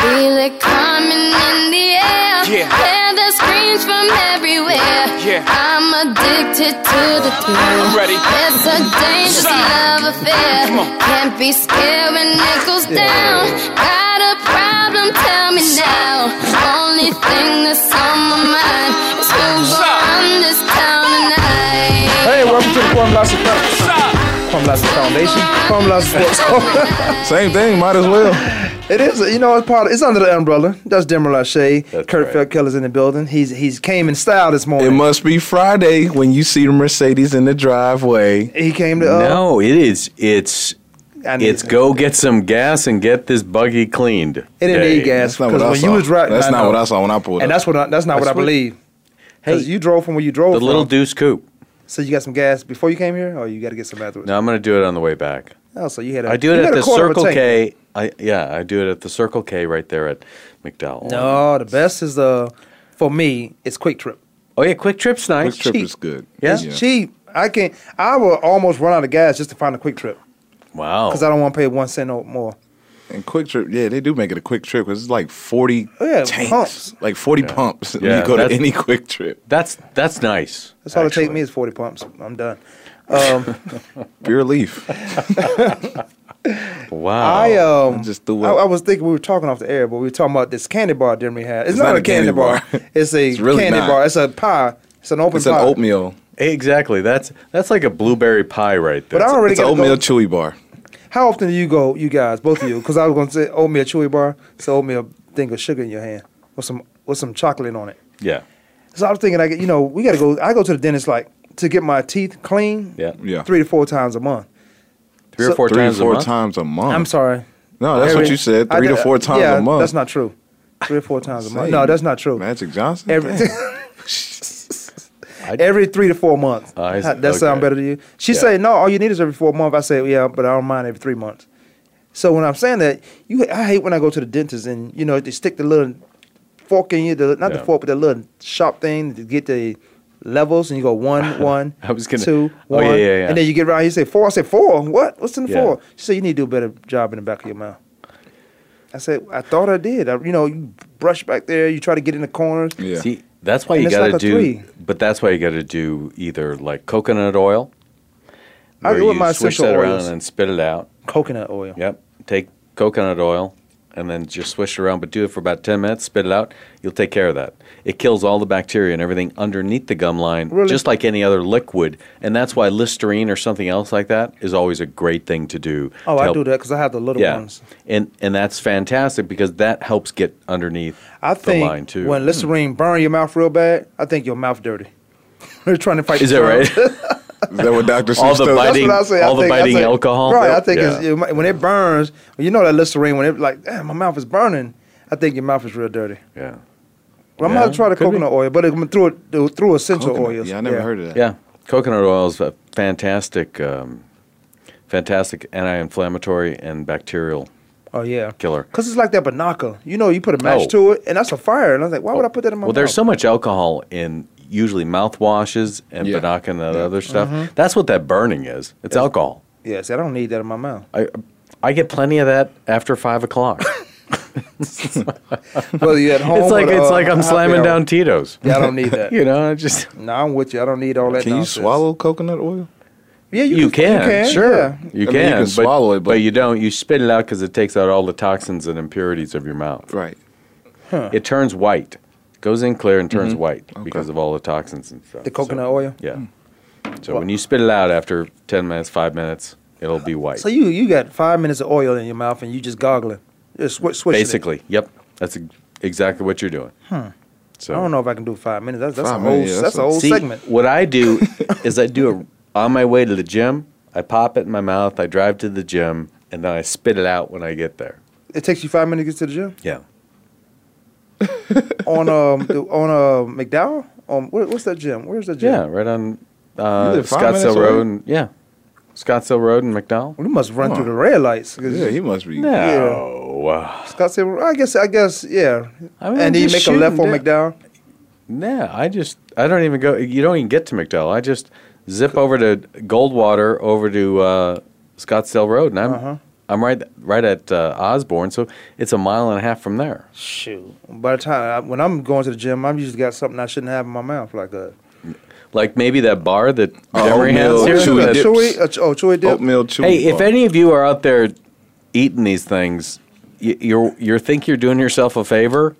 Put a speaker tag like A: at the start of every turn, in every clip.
A: Feel it coming in the air.
B: Yeah.
A: Hear the screams from everywhere.
B: Yeah.
A: I'm addicted to the thrill.
B: I'm ready.
A: It's a dangerous
B: Sign.
A: love affair.
B: Come on.
A: Can't be scared when it goes down. Got a problem? Tell me now. Only thing that's on my mind is who gon'
B: Sign.
A: run this town tonight.
C: Hey, welcome to the Plum Blossom, Fo- Plum Blossom Foundation. Plum Blossom Sports.
D: Same thing, might as well.
C: it is, you know, it's part. Of, it's under the umbrella. That's Demar Lachey.
D: That's
C: Kurt
D: right.
C: Feldkeller's in the building. He's he's came in style this
D: It
C: morning.
D: must be Friday when you see the Mercedes in the driveway.
C: he came to. Uh,
E: No, it is. It's
C: I need-
E: it's go get some gas and get this buggy cleaned.
C: It didn't
E: day.
C: need gas
D: That's not
C: because
D: what I
C: when
D: saw.
C: you was riding,
D: That's not
C: know.
D: what I saw when I pulled
C: And
D: up.
C: that's what I, that's not what I
E: That's what-
C: believe. Because
E: Hey.
C: you drove from where you drove
E: The
C: from.
E: little deuce coupe.
C: so you got some gas before you came here, or you got to get some afterwards.
E: No, I'm going to do it on the way back.
C: Oh, so you had. A,
E: I do it
C: you
E: at
C: had a
E: the
C: quarter of a
E: Circle
C: tank.
E: K. I yeah, I do it at the Circle K right there at McDowell.
C: No, the best is uh, for me. It's Quick Trip.
E: Oh yeah, Quick Trip's nice.
D: Quick trip
C: cheap.
D: is good.
E: Yeah?
C: It's cheap. I can. I will almost run out of gas just to find a Quick Trip
E: Wow.
C: because I don't want to pay one cent or more.
D: And quick trip, yeah, they do make it a quick trip because it's like forty
C: Oh, Yeah,
D: tanks,
C: pumps.
D: like forty pumps. when
E: Yeah,
D: you go to
E: that's-
D: any quick trip,
E: That's that's nice.
C: That's all it take
E: actually.
C: me is forty pumps. I'm done. Um,
D: pure leaf.
E: Wow.
C: I um,
D: Oh, I just threw
C: I,
D: up.
C: I was thinking we were talking off the air, but we were talking about this candy bar Demi had. It's, not, a candy, bar. It's a
D: It's really
C: candy
D: not.
C: bar. It's a pie. It's an open
D: it's an
C: pie.
D: oatmeal.
E: exactly. That's that's like a blueberry pie right there.
C: But I already
D: It's an
C: got
D: oatmeal
C: go,
D: chewy bar.
C: How often do you go, you guys, both of you? Because I was gonna say oatmeal chewy bar. It's an oatmeal thing of sugar in your hand with some with some chocolate on it.
E: yeah.
C: So I was thinking, I get, you know, we gotta go. I go to the dentist like to get my teeth clean.
E: Yeah.
D: Yeah,
C: Three to four times a month.
E: Three
C: So-
E: or four
D: Three
E: times
D: or four
E: a month.
D: times a month.
C: I'm sorry.
D: No, that's
C: Every-
D: what you said.
C: I
D: Three to
C: did-
D: four times
C: yeah,
D: a month.
C: That's not true. Three or four times a month.
D: Say,
C: No, that's not true.
D: Magic Johnson.
C: Every-
D: Dang.
C: every three to four months.
E: I see.
C: How- that sound
E: Oh, Okay.
C: better to you? She
E: Yeah.
C: say no. All you need is every four months. I say yeah, but I don't mind every three months. So when I'm saying that, you, I hate when I go to the dentist and you know they stick the little fork in you, the, not the
E: Yeah.
C: fork, but the little sharp thing to get the levels, and you go one, one,
E: I was gonna-
C: two,
E: Oh,
C: one,
E: yeah, yeah, yeah.
C: and then you get around. You say four. I say four. What? What's in the
E: Yeah.
C: four? She said you need to do a better job in the back of your mouth. I said I thought I did. I, you know, you brush back there. You try to get in the corners.
D: Yeah.
E: See, that's why
C: And
E: you
C: it's
E: got to
C: like a
E: do.
C: three.
E: But that's why you got to do either like coconut oil.
C: I
E: where
C: do with
E: you
C: my
E: swish
C: essential
E: that
C: oils.
E: around and spit it out.
C: Coconut oil.
E: Yep. Take coconut oil and then just swish it around, but do it for about 10 minutes, spit it out. You'll take care of that. It kills all the bacteria and everything underneath the gum line,
C: Really?
E: just like any other liquid. And that's why Listerine or something else like that is always a great thing to do.
C: Oh,
E: to
C: I
E: help-
C: do that because I have the little
E: Yeah.
C: ones.
E: And, and that's fantastic because that helps get underneath
C: I
E: the
C: think
E: line, too.
C: when Listerine burn your mouth real bad, I think your mouth dirty. They're trying to fight.
E: is
C: the
E: that right?
C: germs.
D: Is that what Doctor
E: All
D: Seuss
E: the
D: told us?
C: That's
E: biting-
C: what I say. I
E: all the
C: think- I
E: biting
C: think-
E: alcohol?
C: Right. I
E: Yep.
C: think it's,
E: Yeah.
C: it might- when it burns, you know that Listerine when it like, damn, my mouth is burning. I think your mouth is real dirty.
E: yeah.
C: Well, I'm
E: Yeah,
C: gonna try the
E: could be.
C: coconut oil, but it, through it through essential
D: Coconut.
C: oils.
D: Yeah, I never heard of that.
E: Yeah, coconut oil is a fantastic, um, fantastic anti-inflammatory and bacterial.
C: Oh yeah,
E: Killer.
C: Because it's like that banaka. You know, you put a match
E: Oh.
C: to it, and that's a fire. And I was like, why would I put that in my
E: Well,
C: mouth?
E: there's so much alcohol in usually mouthwashes and
D: Yeah.
E: Banaka and that other stuff. That's what that burning is. It's alcohol.
C: Yeah, see, I don't need that in my mouth.
E: I I get plenty of that after five o'clock.
C: Whether you at home,
E: it's like
C: or,
E: it's
C: uh,
E: like I'm
C: happy
E: slamming
C: hour.
E: down Tito's.
C: Yeah, I don't need that.
E: you know, I just
C: No, I'm with you. I don't need all that.
D: Can you
C: nonsense.
D: swallow coconut oil?
C: Yeah,
E: you, can, sure
C: yeah.
E: you
D: I mean, you
E: can.
D: can
E: but,
D: swallow it, but-
E: you don't. You spit it out because it takes out all the toxins and impurities of your mouth.
D: Right.
E: It turns white, goes in clear and
D: Mm-hmm.
E: turns white because of all the toxins and stuff.
C: The coconut
E: So-
C: oil?
E: Yeah.
D: Mm.
E: So when you spit it out after ten minutes, five minutes, it'll be white.
C: So you you got five minutes of oil in your mouth and you just goggling, just swi- switching. it.
E: Basically, yep. That's ex- exactly what you're doing. So
C: I don't know if I can do five minutes. That's, that's
D: Five
C: a whole
D: minutes, yeah,
C: that's,
D: that's
C: a
D: a-
C: whole
E: See,
C: segment.
E: what I do is I do a on my way to the gym. I pop it in my mouth. I drive to the gym. and then I spit it out when I get there.
C: It takes you five minutes to get to the gym
E: Yeah.
C: on um the- on uh, McDowell. Um, what, what's that gym? Where's that gym?
E: Yeah, right on uh,
D: live five minutes
E: Scottsdale
D: away?
E: Road. And, yeah, Scottsdale Road and McDowell.
C: Well, you must run
D: Come
C: through
D: on.
C: the red lights. 'cause
D: Yeah, he must be.
E: No, uh,
C: Scott said, well, I guess, I guess, yeah.
E: I mean,
C: and then you
E: just
C: make a left on
E: shooting
C: McDowell.
E: nah. I just I don't even go. You don't even get to McDowell. I just zip over to Goldwater, over to uh, Scottsdale Road, and I'm
C: Uh-huh.
E: I'm right right at uh, Osborne. So it's a mile and a half from there.
C: Shoot. By the time, I, when I'm going to the gym, I'm usually got something I shouldn't have in my mouth, like a.
E: Like maybe that bar that
D: Oh,
E: Jerry has
D: no,
E: here.
D: Chewy
C: a
E: that-
D: dips.
C: chewy, a, ch- oh, chewy dip.
D: Oatmeal chew.
E: Hey, if any of you are out there eating these things, you, you're you think you're doing yourself a favor.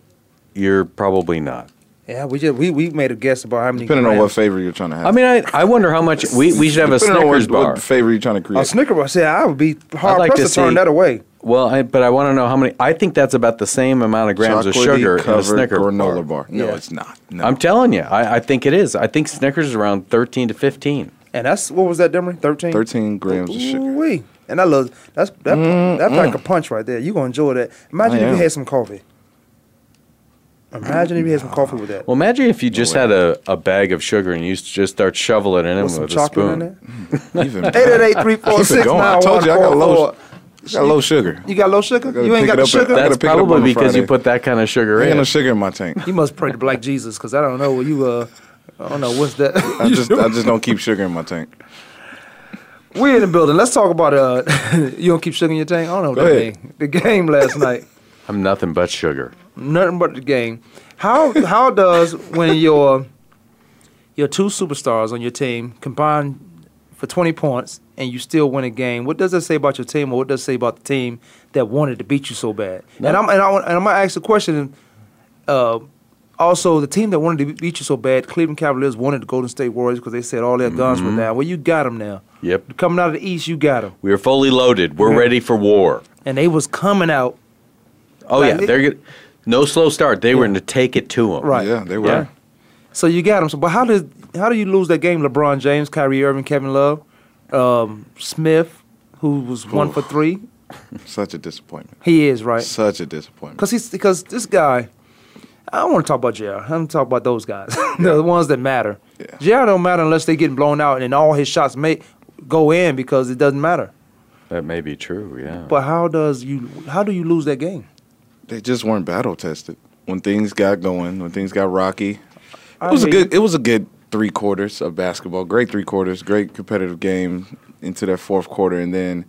E: You're probably not.
C: Yeah, we just we, we made a guess about how many.
D: depending on what
C: grams.
D: favor you're trying to have.
E: I mean, I, I wonder how much we, we should have a
D: depending
E: Snickers
D: on what,
E: bar.
D: what favor you're trying to create.
C: A Snicker bar. See, I would be hard
E: like to
C: pressed to, turn
E: see-
C: that away.
E: well, I, but I want to know how many. I think that's about the same amount of grams of sugar in a
D: covered
E: Snicker
D: granola
E: bar.
D: bar. No,
C: Yeah.
D: it's not. No.
E: I'm telling you, I, I think it is. I think Snickers is around 13 to 15.
C: And that's what was that, Demery? Thirteen.
D: 13 grams of sugar. Mm-hmm, mm.
C: Ooh-wee. And I love that's that that pack of punch right there. You gonna enjoy that? Imagine
D: I
C: if you
D: am.
C: had some coffee. Imagine if you had some coffee with that.
E: Well, imagine if you just
D: way.
E: had a, a bag of sugar and you used to just start shoveling it in
C: with
E: with,
C: some
E: a
C: chocolate
E: spoon.
C: in it.
D: Even
C: Eight eight eight three four
D: Keep it
C: six
D: going.
C: nine
D: I told
C: one
D: you I got
C: four
D: low,
C: four.
D: got low sugar.
C: You got low sugar?
D: gotta
C: You ain't
D: pick
C: got
D: it
C: the
D: up at-
C: sugar?
D: I gotta
E: That's
D: pick it up on
E: probably
D: a
E: because
D: Friday.
E: you put that kind of sugar
D: I ain't
E: in.
D: got no suger in my tank.
C: You must pray to Black Jesus because I don't know what you uh. I don't know what's that.
D: I just, I just don't keep sugar in my tank.
C: We're in the building. Let's talk about uh. you don't keep sugar in your tank. I don't know what
D: Go
C: that
D: ahead.
C: mean. The game last night.
E: I'm nothing but sugar.
C: nothing but the game. How how does when your your two superstars on your team combine for twenty points and you still win a game? What does that say about your team, or what does it say about the team that wanted to beat you so bad? And I'm and, I, want- and I'm gonna ask the question. Uh, also, the team that wanted to beat you so bad, Cleveland Cavaliers wanted the Golden State Warriors because they said all their guns
D: Mm-hmm.
C: were down. Well, you got them now.
E: Yep.
C: Coming out of the East, you got them,
E: We're fully loaded. We're ready for war.
C: and they was coming out
E: Oh,
C: Like
E: yeah.
C: it-
E: They're good. No slow start. They were going to take it to them.
C: Right.
D: Yeah, they were.
E: Yeah.
C: So you got him. So, but how did how do you lose that game? LeBron James, Kyrie Irving, Kevin Love, um, Smith, who was one for three.
D: Such a disappointment.
C: He is right
D: Such a disappointment.
C: because he's because this guy. I don't want to talk about JR. I'm talk about those guys, the ones that matter.
D: Yeah.
C: JR don't matter unless they getting blown out and all his shots may go in because it doesn't matter.
E: That may be true, yeah.
C: But how does you how do you lose that game?
D: They just weren't battle tested. When things got going, when things got rocky,
C: I
D: it was a
C: mean-
D: good. It was a good three quarters of basketball. Great three quarters. Great competitive game into that fourth quarter, and then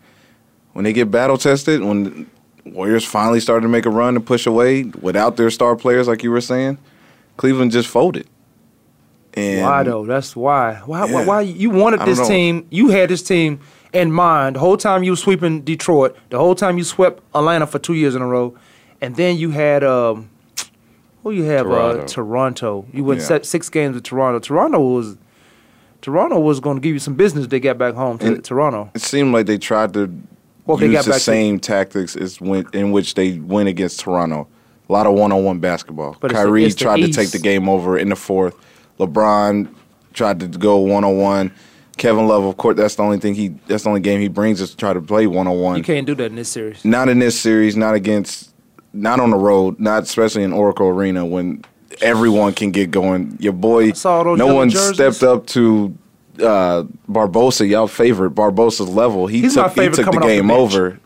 D: when they get battle tested, when the Warriors finally started to make a run and push away without their star players, like you were saying, Cleveland just folded. And
C: why though? That's why. Why? Why,
D: Yeah.
C: why you wanted
D: I don't
C: this
D: know.
C: team? You had this team in mind the whole time you were sweeping Detroit. The whole time you swept Atlanta for two years in a row, and then you had um, who you have
E: Toronto.
C: Uh, Toronto. You went
D: Yeah.
C: set six games with Toronto. Toronto was Toronto was going to give you some business. if They got back home to
D: And-
C: Toronto.
D: It seemed like they tried to
C: Well, they
D: use
C: got
D: the
C: back to-
D: same tactics as when, in which they went against Toronto. A lot of one-on-one basketball.
C: But it's the-
D: Kyrie
C: it's the
D: tried to take
C: East.
D: the game over in the fourth. LeBron tried to go one-on-one. Kevin Love, of course, that's the only thing he. That's the only game he brings is to try to play
C: You
D: one-on-one.
C: can't do that in this series.
D: Not in this series. Not against. Not on the road. Not especially in Oracle Arena when everyone can get going. Your boy.
C: saw all those
D: No
C: yellow
D: one
C: jerseys.
D: stepped up to uh, Barbosa, y'all favorite Barbosa's level. He
C: He's my
D: took
C: favorite
D: he took
C: coming
D: the
C: off the
D: game
C: bench.
D: over.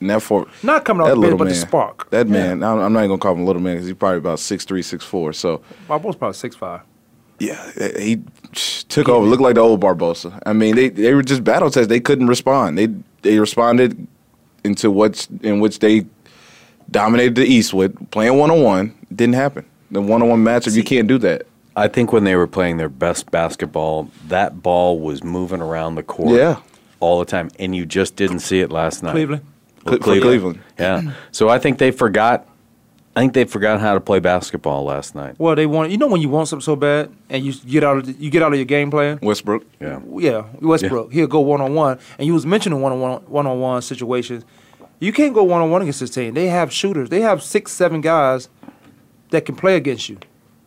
D: And that for
C: Not coming off
D: that
C: the bench,
D: little
C: but the
D: man.
C: spark.
D: That man, I'm, I'm not even gonna call him little man because he's probably about six three, six four. So
C: Barbosa's probably six five.
D: yeah, he took over. Looked like the old Barbosa. I mean, they they were just battle test. They couldn't respond. They they responded into what's in which they dominated the East with playing one on one. Didn't happen. The one on one matchup, you can't do that.
E: I think when they were playing their best basketball, that ball was moving around the court
D: Yeah.
E: all the time, and you just didn't see it last night.
C: Cleveland.
E: Well,
D: Cle- for Cleveland.
E: Yeah. So I think they forgot. I think they forgot how to play basketball last night.
C: Well, they want you know when you want something so bad and you get out of the, you get out of your game plan.
D: Westbrook.
E: Yeah.
C: yeah, Westbrook. He'll go one on one, and you was mentioning one on one one on one situations. You can't go one on one against this team. They have shooters. They have six, seven guys that can play against you.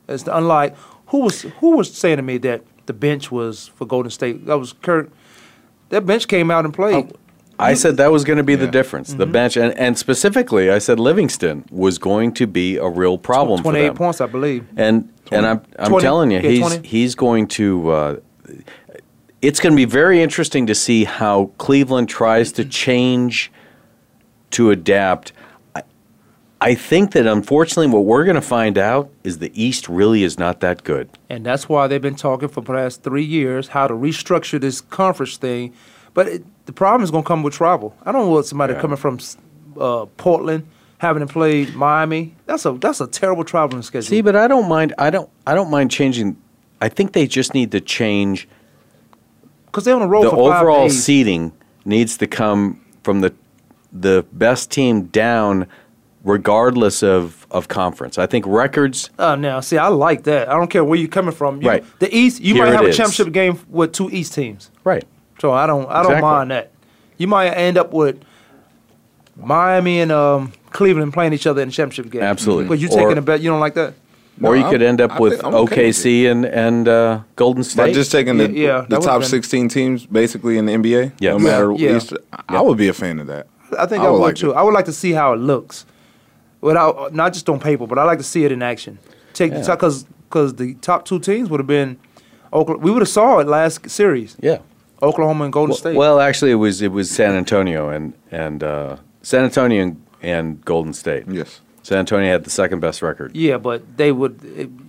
C: It's unlike who was who was saying to me that the bench was for Golden State. That was Kurt. That bench came out and played.
E: I said that was going to be the difference.
C: Mm-hmm.
E: The bench, and, and specifically, I said Livingston was going to be a real problem for
C: Twenty-eight
E: them.
C: points, I believe.
E: And and I'm I'm
C: 20.
E: telling you,
C: Yeah,
E: he's
C: 20.
E: he's going to. Uh, it's going to be very interesting to see how Cleveland tries to change to adapt. I- I think that unfortunately, what we're going to find out is the East really is not that good.
C: And that's why they've been talking for the past three years how to restructure this conference thing. But it, the problem is going to come with travel. I don't want somebody
E: Yeah.
C: coming from uh, Portland having to play Miami. That's a that's a terrible traveling schedule.
E: See, but I don't mind. I don't. I don't mind changing. I think they just need to change
C: because they're on the road
E: the
C: for
E: overall
C: five days.
E: seeding needs to come from the the best team down, regardless of of conference. I think records.
C: Oh, now see, I like that. I don't care where you're coming from. You-
E: Right.
C: The East, you
E: Here
C: might
E: it
C: have a
E: is.
C: championship game with two East teams.
E: Right.
C: So I don't I don't
E: Exactly.
C: mind that. You might end up with Miami and um, Cleveland playing each other in the championship game.
E: Absolutely.
C: But you
E: Or-
C: taking a bet you don't like that?
D: No,
E: or you
D: I'm-
E: could end up
D: I
E: with
D: think I'm okay with
E: OKC and and uh, Golden
D: By
E: State.
D: just taking the,
C: Yeah, yeah, that
D: the
C: would've
D: top
C: been-
D: 16 teams basically in the NBA,
E: Yeah.
D: no
E: Yeah,
D: matter
C: yeah.
D: East, I- I would be a fan of that.
C: I think I,
D: I would
C: would
D: like
C: too.
D: it.
C: I would like to see how it looks, without not just on paper, but I like to see it in action. Take
E: Yeah.
C: because because the top two teams would have been Oklahoma. We would have saw it last series.
E: yeah.
C: Oklahoma and Golden
E: Well,
C: State.
E: well, actually, it was it was San Antonio and and uh, San Antonio and, and Golden State.
D: Yes.
E: San Antonio had the second best record.
C: yeah, but they would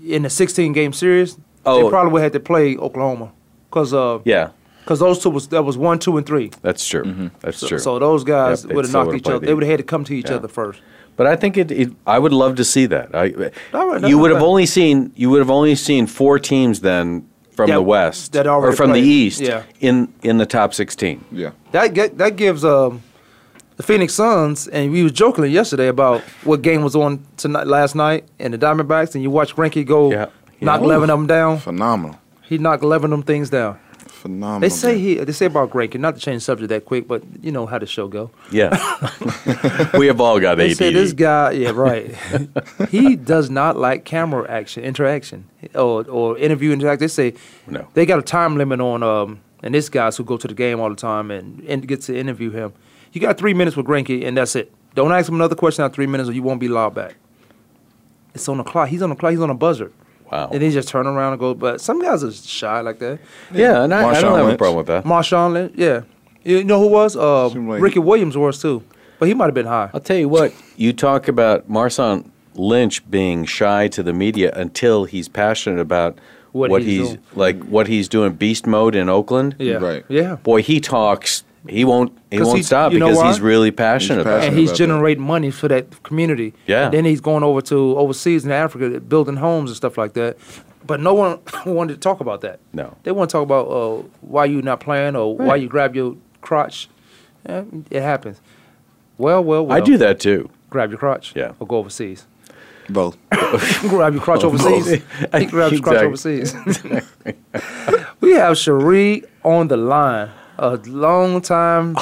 C: in the 16 game series.
E: Oh.
C: They probably would have had to play Oklahoma because uh,
E: Yeah,
C: Because those two was that was one, two, and three.
E: that's true. That's
C: Mm-hmm. So,
E: true.
C: so those guys
E: Yep, they
C: would have
E: still
C: knocked
E: would've
C: each other.
E: played
C: They
E: the-
C: would have had to come to each
E: yeah.
C: other first.
E: But I think it, it. I would love to see that. I,
C: right, that's
E: you
C: not
E: would have
C: bad.
E: only seen you would have only seen four teams then from
C: That-
E: the West
C: that
E: or
C: already
E: from the
C: played.
E: East
C: Yeah.
E: in in the top sixteen.
D: Yeah.
C: That get, that gives um, the Phoenix Suns, and we were joking yesterday about what game was on tonight last night, and the Diamondbacks, and you watch Greinke go
E: Yeah.
C: knock
E: Yeah.
C: eleven of them down.
D: Phenomenal.
C: He knocked eleven of them things down.
D: Phenomenal.
C: They say
D: man.
C: he they say about Greinke. Not to change the subject that quick, but you know how the show go.
E: Yeah, we have all got
C: They
E: ADD.
C: say this guy, yeah, right. he does not like camera action, interaction, or or interview interaction. They say
E: No.
C: They got a time limit on, um, and this guys who go to the game all the time and, and get to interview him. You got three minutes with Greinke, and that's it. Don't ask him another question after three minutes, or you won't be allowed back. It's on the clock. He's on the clock. He's on a buzzer.
E: Wow.
C: And then he just turn around and go. But some guys are shy like that.
E: yeah, and I, I
D: Marshawn
E: don't have a
D: Lynch.
E: problem with that.
C: Marshawn, Lynch, yeah. You know who was? Uh,
D: Seemed like-
C: Ricky Williams was too, but he might have been high.
E: I'll tell you what. You talk about Marshawn Lynch being shy to the media until he's passionate about
C: What he's
E: he's
C: doing.
E: like, what he's doing, beast mode in Oakland.
C: Yeah.
D: Right.
C: Yeah.
E: boy, he talks. He won't. He
C: 'Cause
E: won't
C: he-
E: stop
C: you know
E: because
C: why?
E: he's really passionate, about it.
D: passionate.
C: and he's
D: about that.
C: generating money for that community.
E: Yeah.
C: And then he's going over to overseas in Africa, building homes and stuff like that. But no one wanted to talk about that.
E: No.
C: They want to talk about uh, why you not playing or why
E: Right.
C: you grab your crotch. Eh, It happens. Well, well, well.
E: I do that too.
C: Grab your crotch.
E: Yeah.
C: Or go overseas.
D: both.
C: grab your crotch overseas. He grabs his crotch
E: Exactly.
C: overseas. we have Cherie on the line. A long time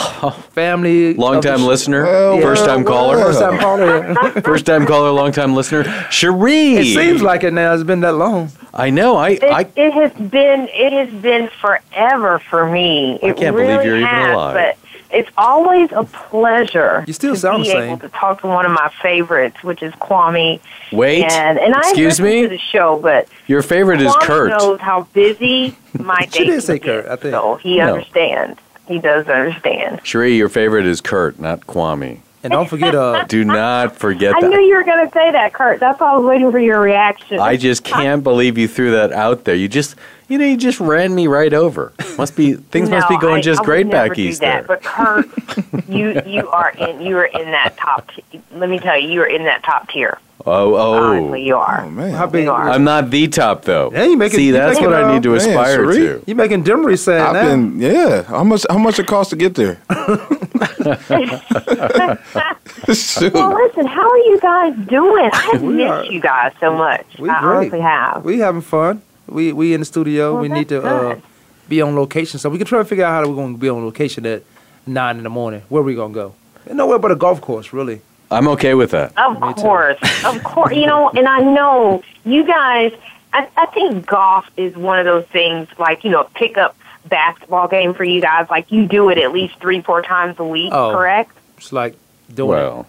C: family.
E: Long
C: of the
E: time
C: sh-
E: listener,
D: Well,
E: first time
C: well,
E: caller,
C: First time caller.
E: first time caller, long time listener. Cherie,
C: It seems like it now. It's been that long.
E: I know. I,
B: It,
E: I
B: it has been it has been forever for me. It
E: can't believe
B: really
E: you're even
B: has,
E: alive.
B: But it's always a pleasure.
C: You still
B: to
C: sound
B: be
C: the same.
B: able to talk to one of my favorites, which is Kwame.
E: wait.
B: and and
E: excuse
B: I listen to
E: me.
B: the show, but
E: Your favorite is
B: Kwame
E: Kurt.
B: knows how busy my day
C: She did say
B: is,
C: Kurt, I think.
B: so he
E: No.
B: understands. He does understand.
E: Cherie, your favorite is Kurt, not Kwame.
C: And don't forget, uh,
E: Do not forget
B: I
E: that.
B: knew you were going to say that, Kurt. That's why I was waiting for your reaction.
E: I just can't believe you threw that out there. You just, you know, you just ran me right over. Must be things must be
B: No,
E: going
B: I-
E: just
B: I would
E: great
B: never
E: back
B: do
E: east
B: that,
E: there.
B: But Kurt, you you are in you are in that top. T- let me tell you, you are in that top tier.
E: Oh, oh,
B: Honestly, you are.
D: Oh, man.
C: how big?
B: You are.
E: I'm not the top though.
C: Yeah, you make it-
E: See,
C: you
E: that's
C: make it
E: what I
C: up.
E: need to
D: Man,
E: aspire
D: Cherie.
E: to.
C: You making Demery sad
D: I've
C: now?
D: been, yeah. How much? How much it costs to get there? Shoot.
B: Well, listen, how are you guys doing? I have
C: We
B: missed
C: are-
B: you guys so much.
C: we
B: I
C: great.
B: honestly have.
C: We having fun. We we in the studio.
B: Well,
C: we need to
B: that's
C: uh,
B: good.
C: be on location, so we can try to figure out how we're going to be on location at nine in the morning. Where we gonna go? Nowhere but a golf course, really.
E: I'm okay with that.
B: Of
C: Me too.
B: course, of course. You know, and I know you guys. I, I think golf is one of those things like you know, pick up basketball game for you guys? Like you do it at least three, four times a week,
C: Oh.
B: correct?
C: It's like doing it.
E: Well,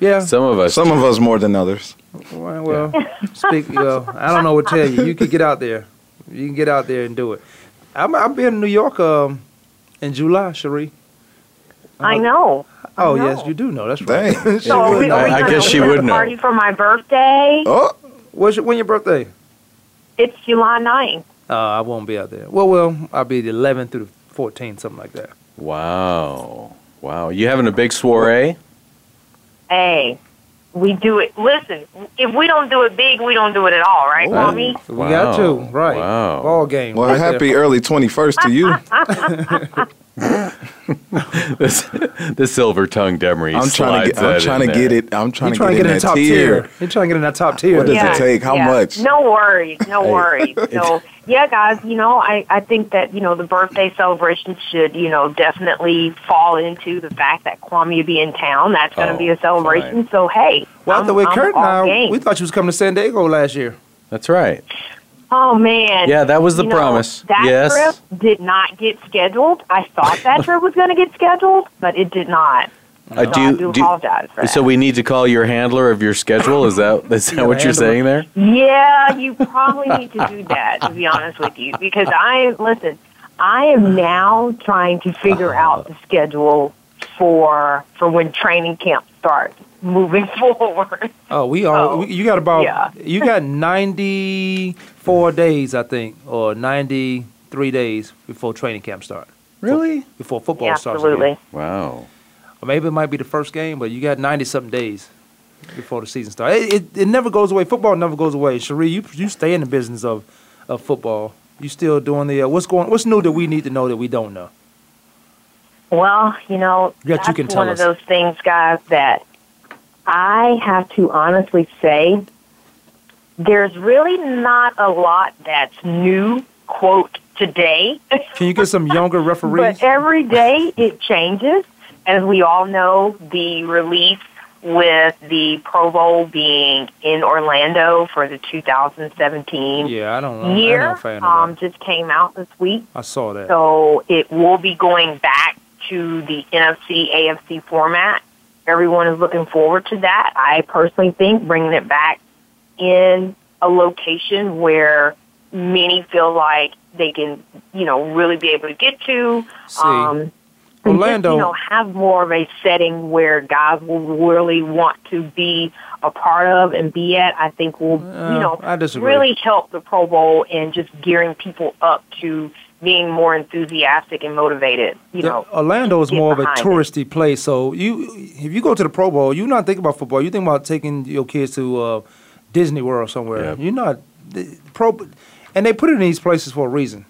C: Yeah.
E: some of us.
D: Some of us more than others.
C: Well, well speak. Well, I don't know what to tell you. You can get out there. You can get out there and do it. I'm. I'll be in New York um, in July, Cherie. Uh-huh.
B: I know.
C: Oh
B: know.
C: yes, you do know. That's right.
D: Dang.
B: So are we, are we
E: I- I
B: gonna
E: guess she
B: go to
E: would
B: the
E: know.
B: Party for my birthday.
D: Oh,
C: What's your, when your birthday?
B: It's July 9th.
C: Uh, I won't be out there. Well, well, I'll be the 11th through the 14th, something like that.
E: Wow. Wow. You having a big soiree?
B: Hey, we do it. Listen, if we don't do it big, we don't do it at all, right,
D: Wow.
B: mommy?
C: We got to
E: Wow.
C: right.
E: Wow.
C: Ball game.
D: well,
C: right there.
D: happy early 21st to you.
E: this, the silver tongue Demery.
D: I'm trying to get, I'm trying to get it. I'm
C: You're
D: trying to
C: trying to
D: get,
C: get in the
D: in that
C: top
D: tier.
C: tier. You're trying to get in that top tier.
D: What does it take? How
B: yeah.
D: much?
B: No worries, no worries. So, yeah, guys, you know, I, I think that, you know, the birthday celebration should, you know, definitely fall into the fact that Kwame will be in town. That's going to
E: Oh,
B: be a celebration. So, hey,
C: Well,
B: I'm,
C: the way
B: I'm
C: Kurt and
B: all
C: I,
B: game.
C: we thought you was coming to San Diego last year.
E: That's right.
B: Oh man!
E: Yeah, that was the
B: You know,
E: promise.
B: that
E: Yes.
B: trip did not get scheduled. I thought that trip was going to get scheduled, but it did not.
E: I
B: So I do, apologize for that.
E: So we need to call your handler of your schedule. Is that is that
C: Your
E: what
C: handler.
E: you're saying there?
B: yeah, you probably need to do that. To be honest with you, because I listen, I am now trying to figure out the schedule for for when training camp starts moving forward.
C: Oh, we all.
B: Oh,
C: we, you got about.
B: yeah.
C: You got 94 days, I think, or 93 days before training camp starts.
E: Really?
C: Before football starts. again.
B: Absolutely.
E: Wow.
C: Or maybe it might be the first game, but you got 90 something days before the season starts. It, it, it never goes away. Football never goes away. Cherie, you you stay in the business of, of football. You still doing the uh, what's going what's new that we need to know that we don't know.
B: Well, you know,
C: Yeah, you
B: that's
C: can tell
B: one
C: us.
B: of those things, guys, that I have to honestly say there's really not a lot that's new, quote, today.
C: Can you get some younger referees?
B: But every day it changes. As we all know, the release with the Pro Bowl being in Orlando for the 2017
C: yeah, I don't know. I'm
B: year
C: not a fan of
B: um,
C: that.
B: just came out this week.
C: I saw that.
B: So it will be going back to the NFC AFC format. Everyone is looking forward to that. I personally think bringing it back in a location where many feel like they can, you know, really be able to get to.
C: See,
B: um, and
C: Orlando.
B: just, you know, have more of a setting where guys will really want to be a part of and be at. I think will,
C: Uh,
B: you know,
C: I disagree.
B: really help the Pro Bowl in just gearing people up to being more enthusiastic and motivated. You
C: The-
B: know,
C: Orlando is
B: get
C: more of a
B: behind it.
C: touristy place. So you, if you go to the Pro Bowl, you're not thinking about football. You think about taking your kids to uh, Disney World somewhere.
E: Yep.
C: You're not the, Pro, and they put it in these places for a reason.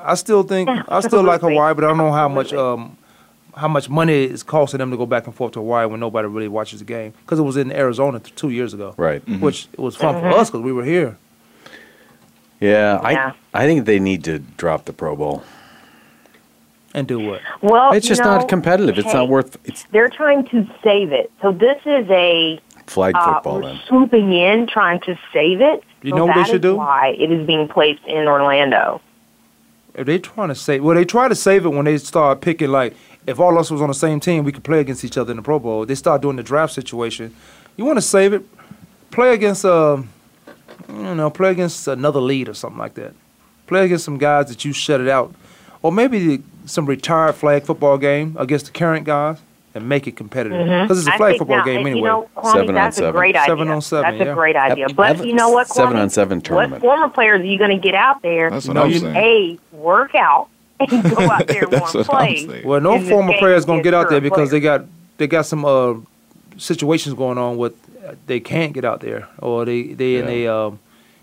C: I still think I still like
B: Absolutely.
C: Hawaii, but I don't know how much um, how much money it's costing them to go back and forth to Hawaii when nobody really watches the game because it was in Arizona th- two years ago,
E: Right.
B: Mm-hmm.
C: Which it was fun for us because we were here.
E: Yeah,
B: Yeah.
E: I I think they need to drop the Pro Bowl.
C: And do what?
B: well,
E: It's
B: you
E: just
B: know,
E: not competitive. It's
B: hey,
E: not worth. It's
B: They're trying to save it. So this is a
E: flag
B: uh,
E: football.
B: we're
E: Then
B: swooping in, trying to save it.
C: You
B: So
C: know what they
B: that
C: should
B: is
C: do?
B: Why it is being placed in Orlando?
C: If they trying to save, well, they try to save it when they start picking. Like, if all us was on the same team, we could play against each other in the Pro Bowl. They start doing the draft situation. You want to save it? Play against, um you know, play against another lead or something like that. Play against some guys that you shut it out, or maybe the, some retired flag football game against the current guys and make it competitive because it's a
B: Mm-hmm. I
C: flag
B: think
C: football
B: now-
C: game
B: and,
C: anyway.
B: You know, Kwame,
E: Seven on
B: that's
E: seven.
B: a great idea.
C: Seven on seven,
B: That's
C: yeah.
B: a great idea.
E: Have-
B: But
E: have
B: you know what, Kwame?
E: seven on seven tournament.
B: What former players are you going to get out there?
D: That's what
C: No,
D: I'm
C: you-
D: saying.
B: a work out and go out there and
D: That's
B: want
D: what
B: to
D: I'm
B: play.
D: saying.
C: Well, no
B: in this
C: former
B: game
C: player is gonna
B: against
C: get out there
B: current
C: because they
B: players.
C: got they got some uh, situations going on with uh, they can't get out there or they they and
E: Yeah.
C: they um,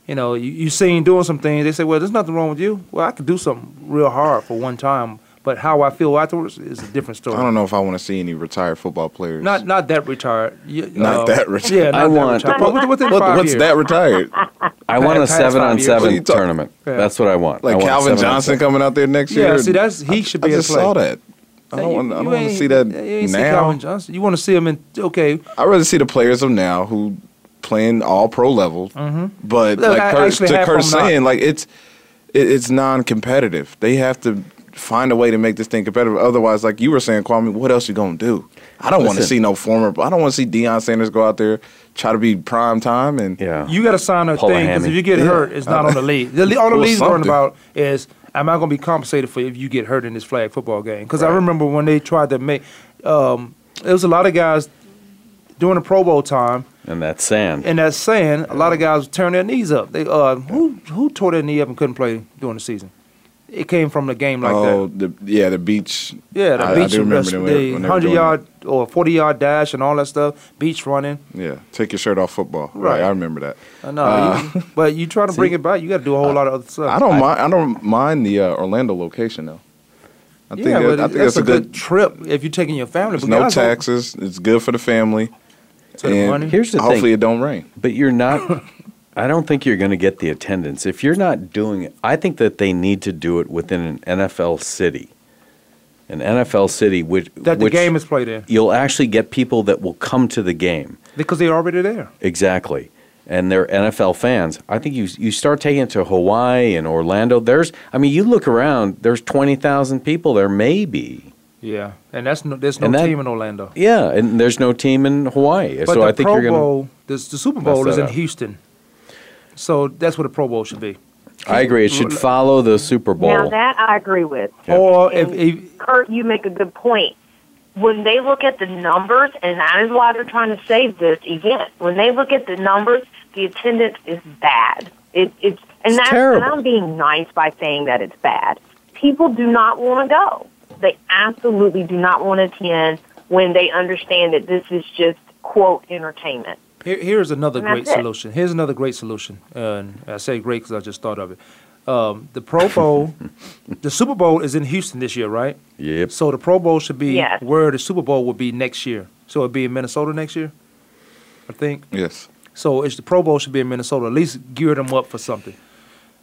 C: you know you, you seen doing some things. They say, well, there's nothing wrong with you. Well, I could do something real hard for one time, but how I feel afterwards is a different story.
D: I don't know if I want to see any retired football players.
C: Not not that retired. You-
D: Not that retired.
C: Yeah, not
E: I
C: that
E: want-
C: retired. Probably within
D: What-
C: five
D: what's
C: years.
D: that retired?
E: I want a
C: past
E: seven
C: five
E: on
C: years.
D: What are you talking-
E: seven tournament.
C: Yeah.
E: That's what I want. I
D: Like
E: want
D: Calvin
E: seven on
D: Johnson
E: seven.
D: coming out there next
C: Yeah,
D: year.
C: see, that's he should
D: I
C: be a
D: just
C: player.
D: saw that. I
C: You-
D: don't want. I
C: you
D: don't want to
C: ain't-
D: see that
C: you ain't see
D: now.
C: Calvin Johnson. You want to see him in okay?
D: I rather see the players of now who playing all pro level.
C: Look,
D: But
C: I Mm-hmm.
D: like Kurt,
C: actually
D: to
C: have
D: Kurt's
C: them not.
D: saying, like it's it, it's non-competitive. They have to find a way to make this thing competitive. Otherwise, like you were saying, Kwame, what else you gonna do? I don't want to
E: Listen.
D: see no former. I don't want to see Deion Sanders go out there try to be prime time and
E: Yeah.
C: You got to sign a
E: Pull a
C: thing because
E: hammy.
C: if you get
D: Yeah.
C: hurt, it's not on the lead. The, le- all the
D: Well,
C: league's worrying
D: something.
C: about is am I going to be compensated for if you get hurt in this flag football game? Because I remember when they tried to make, um, there was a lot of guys during the Pro Bowl time,
E: and that's sand.
C: and that's saying a lot of guys were tearing their knees up. They uh, who who tore their knee up and couldn't play during the season. It came from the game like
D: oh,
C: that.
D: the yeah, the beach.
C: Yeah, the
D: I, I
C: beach,
D: do remember
C: rest-
D: them
C: the
D: when they were
C: hundred
D: doing that.
C: yard or forty yard dash and all that stuff, beach running.
D: Yeah, take your shirt off football.
C: Right.
D: Right, I remember that.
C: I know, you- but you try to bring it back, you got to do a whole lot of other stuff.
D: Uh, I don't mind. I don't mind the uh, Orlando location though. I think
C: yeah,
D: that-
C: but
D: I think
C: that's
D: that's
C: a good, trip if you're taking your family.
D: There's
C: but
D: no
C: guys don't-
D: taxes. It's good for the family.
C: To the
D: and
C: money.
E: Here's the
D: hopefully
E: thing.
D: it don't rain.
E: But you're not. I don't think you're going to get the attendance if you're not doing it. I think that they need to do it within an NFL city, an NFL city which
C: that the
E: which
C: game is played in
E: You'll actually get people that will come to the game
C: because they're already there.
E: exactly, and they're NFL fans. I think you you start taking it to Hawaii and Orlando. There's, I mean, you look around. There's twenty thousand people there, maybe.
C: Yeah, and that's no, there's no
E: And that-
C: team in Orlando.
E: Yeah, and there's no team in Hawaii,
C: But
E: so
C: the
E: I think
C: Pro
E: you're going. to
C: Bowl, this, the Super
E: mess
C: Bowl is
E: that
C: in
E: up.
C: Houston, so that's where the Pro Bowl should be.
E: I agree. It should follow the Super Bowl.
B: Now that I agree with.
E: Yeah.
C: Or if, if
B: Kurt, you make a good point. When they look at the numbers, and that is why they're trying to save this event. When they look at the numbers, the attendance is bad. It, it's and
E: It's
B: that's
E: terrible.
B: and I'm being nice by saying that it's bad. People do not want to go. They absolutely do not want to attend when they understand that this is just quote entertainment.
C: Here, here's another
B: And that's
C: great
B: it.
C: solution. Here's another great solution. And I say great because I just thought of it. Um, the Pro Bowl, the Super Bowl is in Houston this year, right?
E: Yep.
C: So the Pro Bowl should be
B: Yes.
C: where the Super Bowl will be next year. So it'd be in Minnesota next year, I think.
D: Yes.
C: So it's the Pro Bowl should be in Minnesota. At least gear them up for something.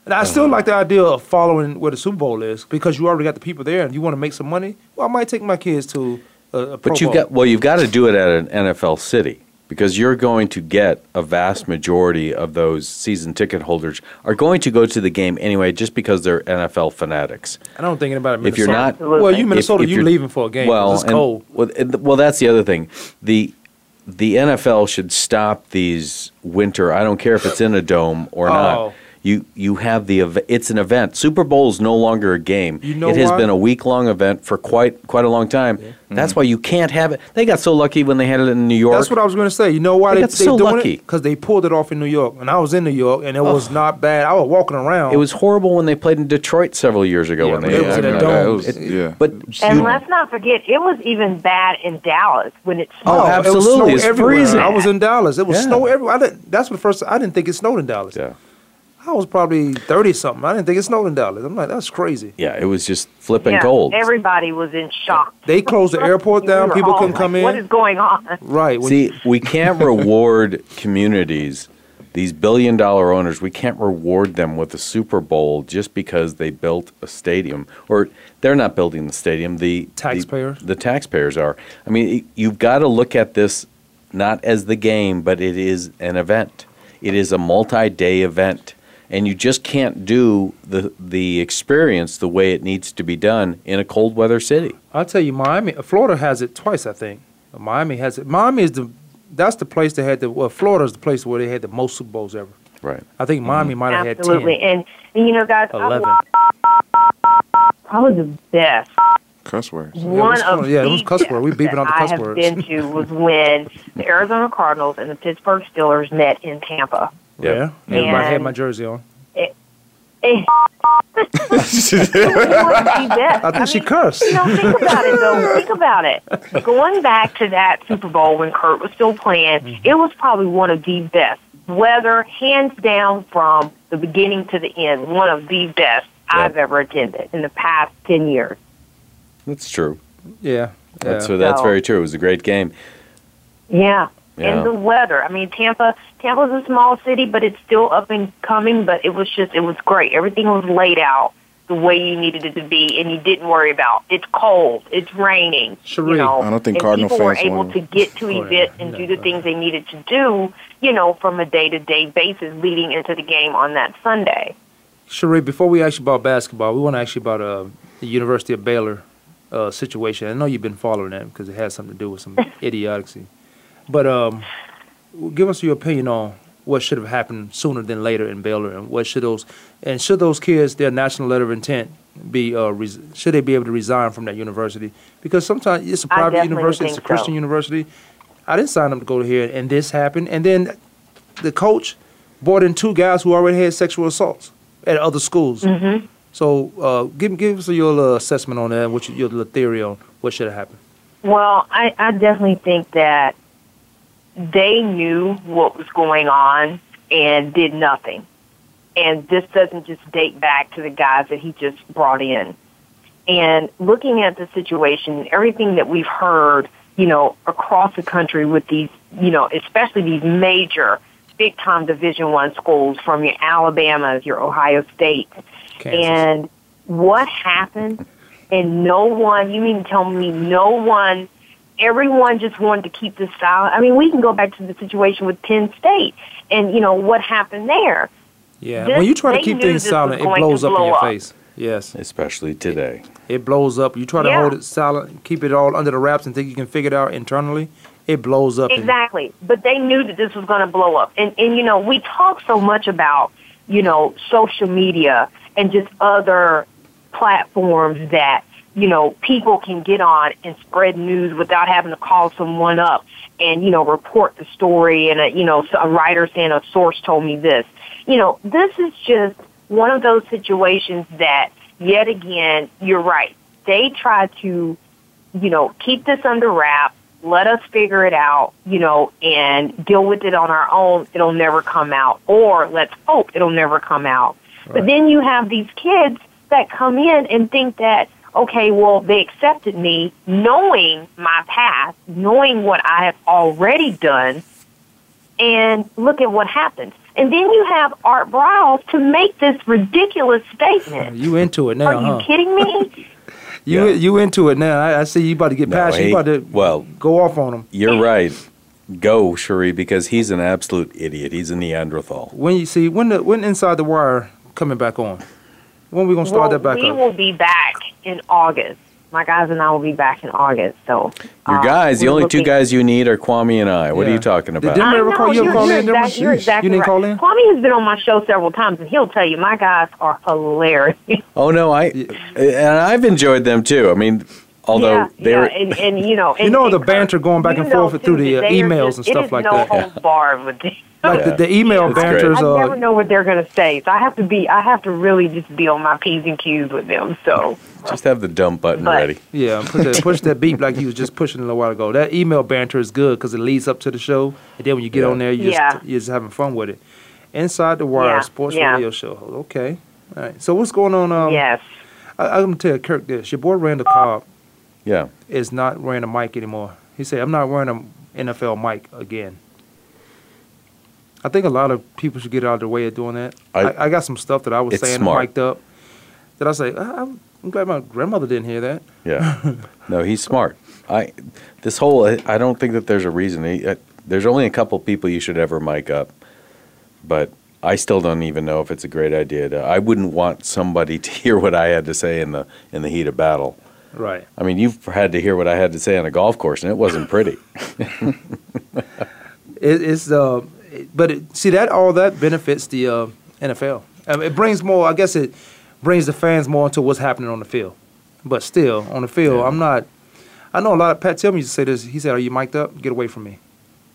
C: And I
B: Uh-huh.
C: still like the idea of following where the Super Bowl is because you already got the people there and you want to make some money. Well, I might take my kids to a, a Pro
E: But you've
C: Bowl.
E: got well, you've got to do it at an NFL city because you're going to get a vast majority of those season ticket holders are going to go to the game anyway, just because they're NFL fanatics.
C: I don't think anybody.
E: If you're not-
C: well, you Minnesota,
E: if
C: you
E: you're-
C: leaving for a game. 'cause it's
E: and-
C: cold.
E: Well, and th- well, that's the other thing. The the NFL should stop these winter. I don't care if it's in a dome or
C: Oh.
E: not. You you have the ev- it's an event. Super Bowl is no longer a game.
C: You know
E: it has
C: why?
E: been a week long event for quite quite a long time. That's why you can't have it. They got so lucky when they had it in New York.
C: Mm-hmm. That's what I was going to say. You know why
E: They
C: they,
E: got
C: they
E: so
C: doing
E: lucky.
C: Because they pulled it off in New York, and I was in New York, and it was not bad. I was walking around.
E: It was horrible when they played in Detroit several years ago.
C: Yeah,
E: when
C: but
E: they
C: it was
E: had
C: in a
E: that.
C: dome.
D: It was-
E: It-
D: yeah.
E: But
B: And
E: you-
B: let's not forget, it was even bad in Dallas when it
E: Oh,
B: snowed.
C: it was
E: absolutely.
C: snow
E: It's
C: everywhere.
E: freezing.
C: I was in Dallas. It was
E: Yeah.
C: snow everywhere. I didn't, that's the first. I didn't think it snowed in Dallas.
E: yeah,
C: I was probably thirty something. I didn't think it snowed in Dallas. I'm like, that's crazy.
E: yeah, it was just flipping
B: Yeah,
E: cold.
B: Everybody was in shock.
C: They closed the airport
B: We
C: down.
B: were
C: People
B: all
C: couldn't
B: like,
C: come in.
B: What is going on?
C: right. when-
E: See, we can't reward communities, these billion dollar owners, we can't reward them with a Super Bowl just because they built a stadium. Or they're not building the stadium, the the-
C: Taxpayers.
E: The, taxpayers are. I mean, you've got to look at this not as the game, but it is an event. It is a multi day event. And you just can't do the the experience the way it needs to be done in a cold weather city.
C: I'll tell you, Miami, Florida has it twice. I think Miami has it. Miami is the that's the place that had the well. Florida is the place where they had the most Super Bowls ever.
E: Right.
C: I think Miami might have had ten.
B: Mm-hmm. Absolutely. And, and you know, guys, I
C: 11.
B: love- probably the best.
D: Cuss words.
C: Yeah, it
B: One
C: was
B: of
C: fun. Yeah, it
B: the
C: was cuss word. We
B: best
C: beeping out the
B: that
C: cuss
B: I have
C: words.
B: been to was when the Arizona Cardinals and the Pittsburgh Steelers met in Tampa.
E: Yeah.
C: Yeah. Everybody had
B: And-
C: my jersey on.
B: Eh, it was the best.
C: I think she
B: mean,
C: cursed.
B: You know, think about it though. Think about it. Going back to that Super Bowl when Kurt was still playing,
C: Mm-hmm.
B: it was probably one of the best. Weather, hands down, from the beginning to the end, one of the best
E: Yeah.
B: I've ever attended in the past ten years.
E: That's true.
C: Yeah.
E: That's
C: yeah.
E: that's
B: So-
E: very true. It was a great game.
B: Yeah.
E: Yeah.
B: And the weather. I mean, Tampa. Tampa's a small city, but it's still up and coming. But it was just, it was great. Everything was laid out the way you needed it to be, and you didn't worry about it's cold, it's raining. you
C: Sheree.
B: know,
D: I don't think
B: and
D: Cardinal
B: people were
D: fans
B: able
D: wanna-
B: to get to
C: yeah,
B: event and
C: yeah,
B: do the
C: yeah.
B: things they needed to do. You know, from a day to day basis leading into the game on that Sunday.
C: Sheree, before we ask you about basketball, we want to ask you about uh, the University of Baylor uh, situation. I know you've been following that because it has something to do with some idiocy. But um, give us your opinion on what should have happened sooner than later in Baylor, and what should those and should those kids their national letter of intent be uh, res- should they be able to resign from that university? Because sometimes it's a
B: I
C: private
B: definitely
C: university, it's a
B: think
C: Christian
B: so.
C: university. I didn't sign up to go to here, and this happened, and then the coach brought in two guys who already had sexual assaults at other schools. Mm-hmm. So uh, give give us your little assessment on that, and what you, your little theory on what should have happened.
B: Well, I, I definitely think that they knew what was going on and did nothing. And this doesn't just date back to the guys that he just brought in. And looking at the situation, everything that we've heard, you know, across the country with these, you know, especially these major big time division one schools from your Alabamas, your Ohio State,
C: Kansas.
B: and what happened and no one you mean to tell me no one everyone just wanted to keep this silent i mean we can go back to the situation with penn state and you know what happened there
C: yeah,
B: this-
C: when you try to
B: they
C: keep
B: knew
C: things
B: this
C: silent, it
B: was going
C: blows
B: to
C: up in
B: blow
C: your
B: up.
C: face. Yes.
E: especially today.
C: It blows up. You try to
B: Yeah.
C: hold it silent, keep it all under the wraps, and think you can figure it out internally. It blows up. and-
B: Exactly. But they knew that this was going to blow up. And, and, you know, we talk so much about, you know, social media and just other platforms that, you know, people can get on and spread news without having to call someone up and, you know, report the story and, a, you know, a writer saying a source told me this. You know, this is just one of those situations that, yet again, you're right. They try to you know, keep this under wrap. Let us figure it out, you know, and deal with it on our own. It'll never come out. Or let's hope it'll never come out. But then you have these kids that come in and think that, okay, well, they accepted me knowing my past, knowing what I have already done, and look at what happened. And then you have Art Briles to make this ridiculous statement.
C: You into it now,
B: Are you
C: huh?
B: kidding me?
C: You
E: Yeah.
C: you into it now. I, I see you about to get
E: No,
C: passionate.
E: he-
C: You about to
E: well-
C: go off on him.
E: You're right. Go, Cherie, because he's an absolute idiot. He's a Neanderthal.
C: When you see when the when inside the wire coming back on. When we gonna start
B: well,
C: that back
B: we
C: up?
B: will be back in August. My guys and I will be back in August. So
E: Your
B: uh,
E: guys, the
B: we're
E: only two
B: looking-
E: guys you need are Kwame and I. What are
C: Yeah.
E: you talking
C: Did
E: about?
C: them-
B: I
C: Remember,
B: know,
C: Kwame, you
B: you're,
C: called
B: you're,
C: in, didn't you?
B: exact- you're
C: Sheesh.
B: exactly
C: You didn't
B: right.
C: call in?
B: Kwame has been on my show several times, and he'll tell you my guys are hilarious.
E: oh no, I and I've enjoyed them too. I mean, although
B: yeah, yeah,
E: they're
B: and, and you know, and,
C: You know the
B: and
C: banter going back
B: you
C: and
B: know,
C: forth through the,
B: too,
C: uh,
B: that they are
C: emails
B: just-
C: and stuff
B: it is
C: like
B: no
C: that.
B: Holds barred with them.
C: Like the, the email
E: great.
C: banters.
B: I
C: Uh,
B: never know what they're going to say, so I have to be. I have to really just be on my p's and q's with them. So
E: just have the dump button
B: But-
E: ready.
C: Yeah, push that, push that beep like you was just pushing a little while ago. That email banter is good because it leads up to the show, and then when you get
E: Yeah.
C: on there, you
B: Yeah.
C: just you're just having fun with it. Inside the Wire,
B: Yeah,
C: sports
B: yeah.
C: radio show. Okay, all right. So what's going on? Um,
B: yes,
C: I, I'm gonna tell Kirk this. Your boy Randall Cobb
E: Yeah,
C: is not wearing a mic anymore. He said, "I'm not wearing a NFL mic again." I think a lot of people should get out of the way of doing that.
E: I-
C: I, I, got some stuff that I was
E: It's
C: saying
E: smart.
C: mic'd up that I say, "Ah, I'm I'm glad my grandmother didn't hear that.
E: yeah. no, he's smart. I this whole I I don't think that there's a reason. He, uh, there's only a couple people you should ever mic up, but I still don't even know if it's a great idea. To, I wouldn't want somebody to hear what I had to say in the in the heat of battle.
C: Right.
E: I mean, you've had to hear what I had to say on a golf course, and it wasn't pretty.
C: It, it's uh, it- but it, see that all that benefits the uh, NFL. Um, it brings more. I guess it brings the fans more into what's happening on the field. But still, on the field, I'm not. I know a lot of Pat Tillman used to say this. He said, "Are you mic'd up? Get away from me,"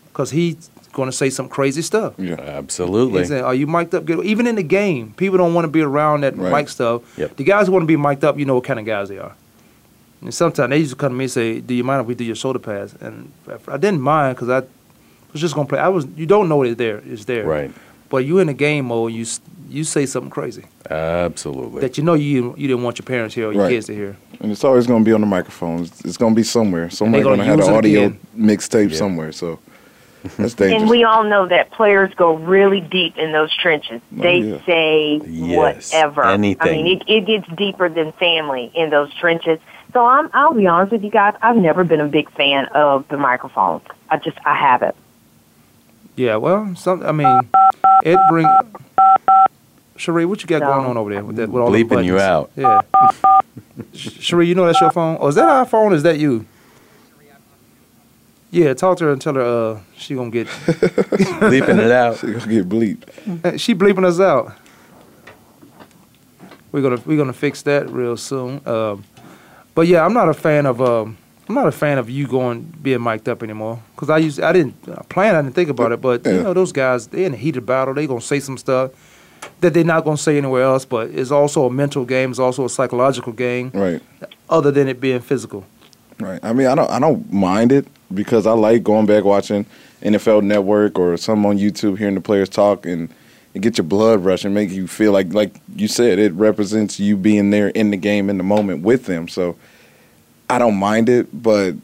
C: because he's going to say some crazy stuff.
E: Absolutely.
C: He said, "Are you mic'd up? Get away. even in the game. People don't want to be around that
D: Right.
C: mic stuff.
E: Yep.
C: The guys who want to be mic'd up, you know what kind of guys they are. And sometimes they used to come to me and say, "Do you mind if we do your shoulder pads?" And I didn't mind because I was just gonna play. I was you don't know it's there, it's there.
E: Right.
C: But you in a game mode, you s- you say something crazy
E: Absolutely.
C: that you know you you didn't want your parents to hear or your
D: Right.
C: kids to hear.
D: And it's always going to be on the microphones. It's going to be somewhere. Somebody's going
C: gonna
D: to have
C: use
D: an
C: it
D: audio
C: again.
D: mixtape
E: Yeah.
D: somewhere. So that's dangerous.
B: and we all know that players go really deep in those trenches.
D: Oh,
B: They
D: yeah.
B: say
E: Yes,
B: whatever. I
E: anything.
B: mean, it, it gets deeper than family in those trenches. So I'm, I'll be honest with you guys. I've never been a big fan of the microphone. I just, I haven't.
C: Yeah. Well, some I mean, it bring. Cherie, what you got
B: No.
C: going on over there with, that, with all the
E: Bleeping you
C: buttons? Yeah.
E: out.
C: Sh- Cherie, you know that's your phone? Or is that our phone? Or is that you? Yeah, talk to her and tell her uh, she gonna get.
E: Leaping it out.
D: She gonna get bleeped.
C: Uh, she bleeping us out. We're gonna we're gonna fix that real soon. Um, but yeah, I'm not a fan of um, I'm not a fan of you going being mic'd up anymore because I used I didn't uh, plan I didn't think about it, but you
D: Yeah.
C: know those guys they in a heated battle they gonna say some stuff that they're not gonna say anywhere else. But it's also a mental game, it's also a psychological game,
D: Right.
C: other than it being physical.
D: Right. I mean, I don't I don't mind it because I like going back watching NFL Network or some on YouTube, hearing the players talk and it get your blood rushing, make you feel like like you said it represents you being there in the game in the moment with them. So I don't mind it, but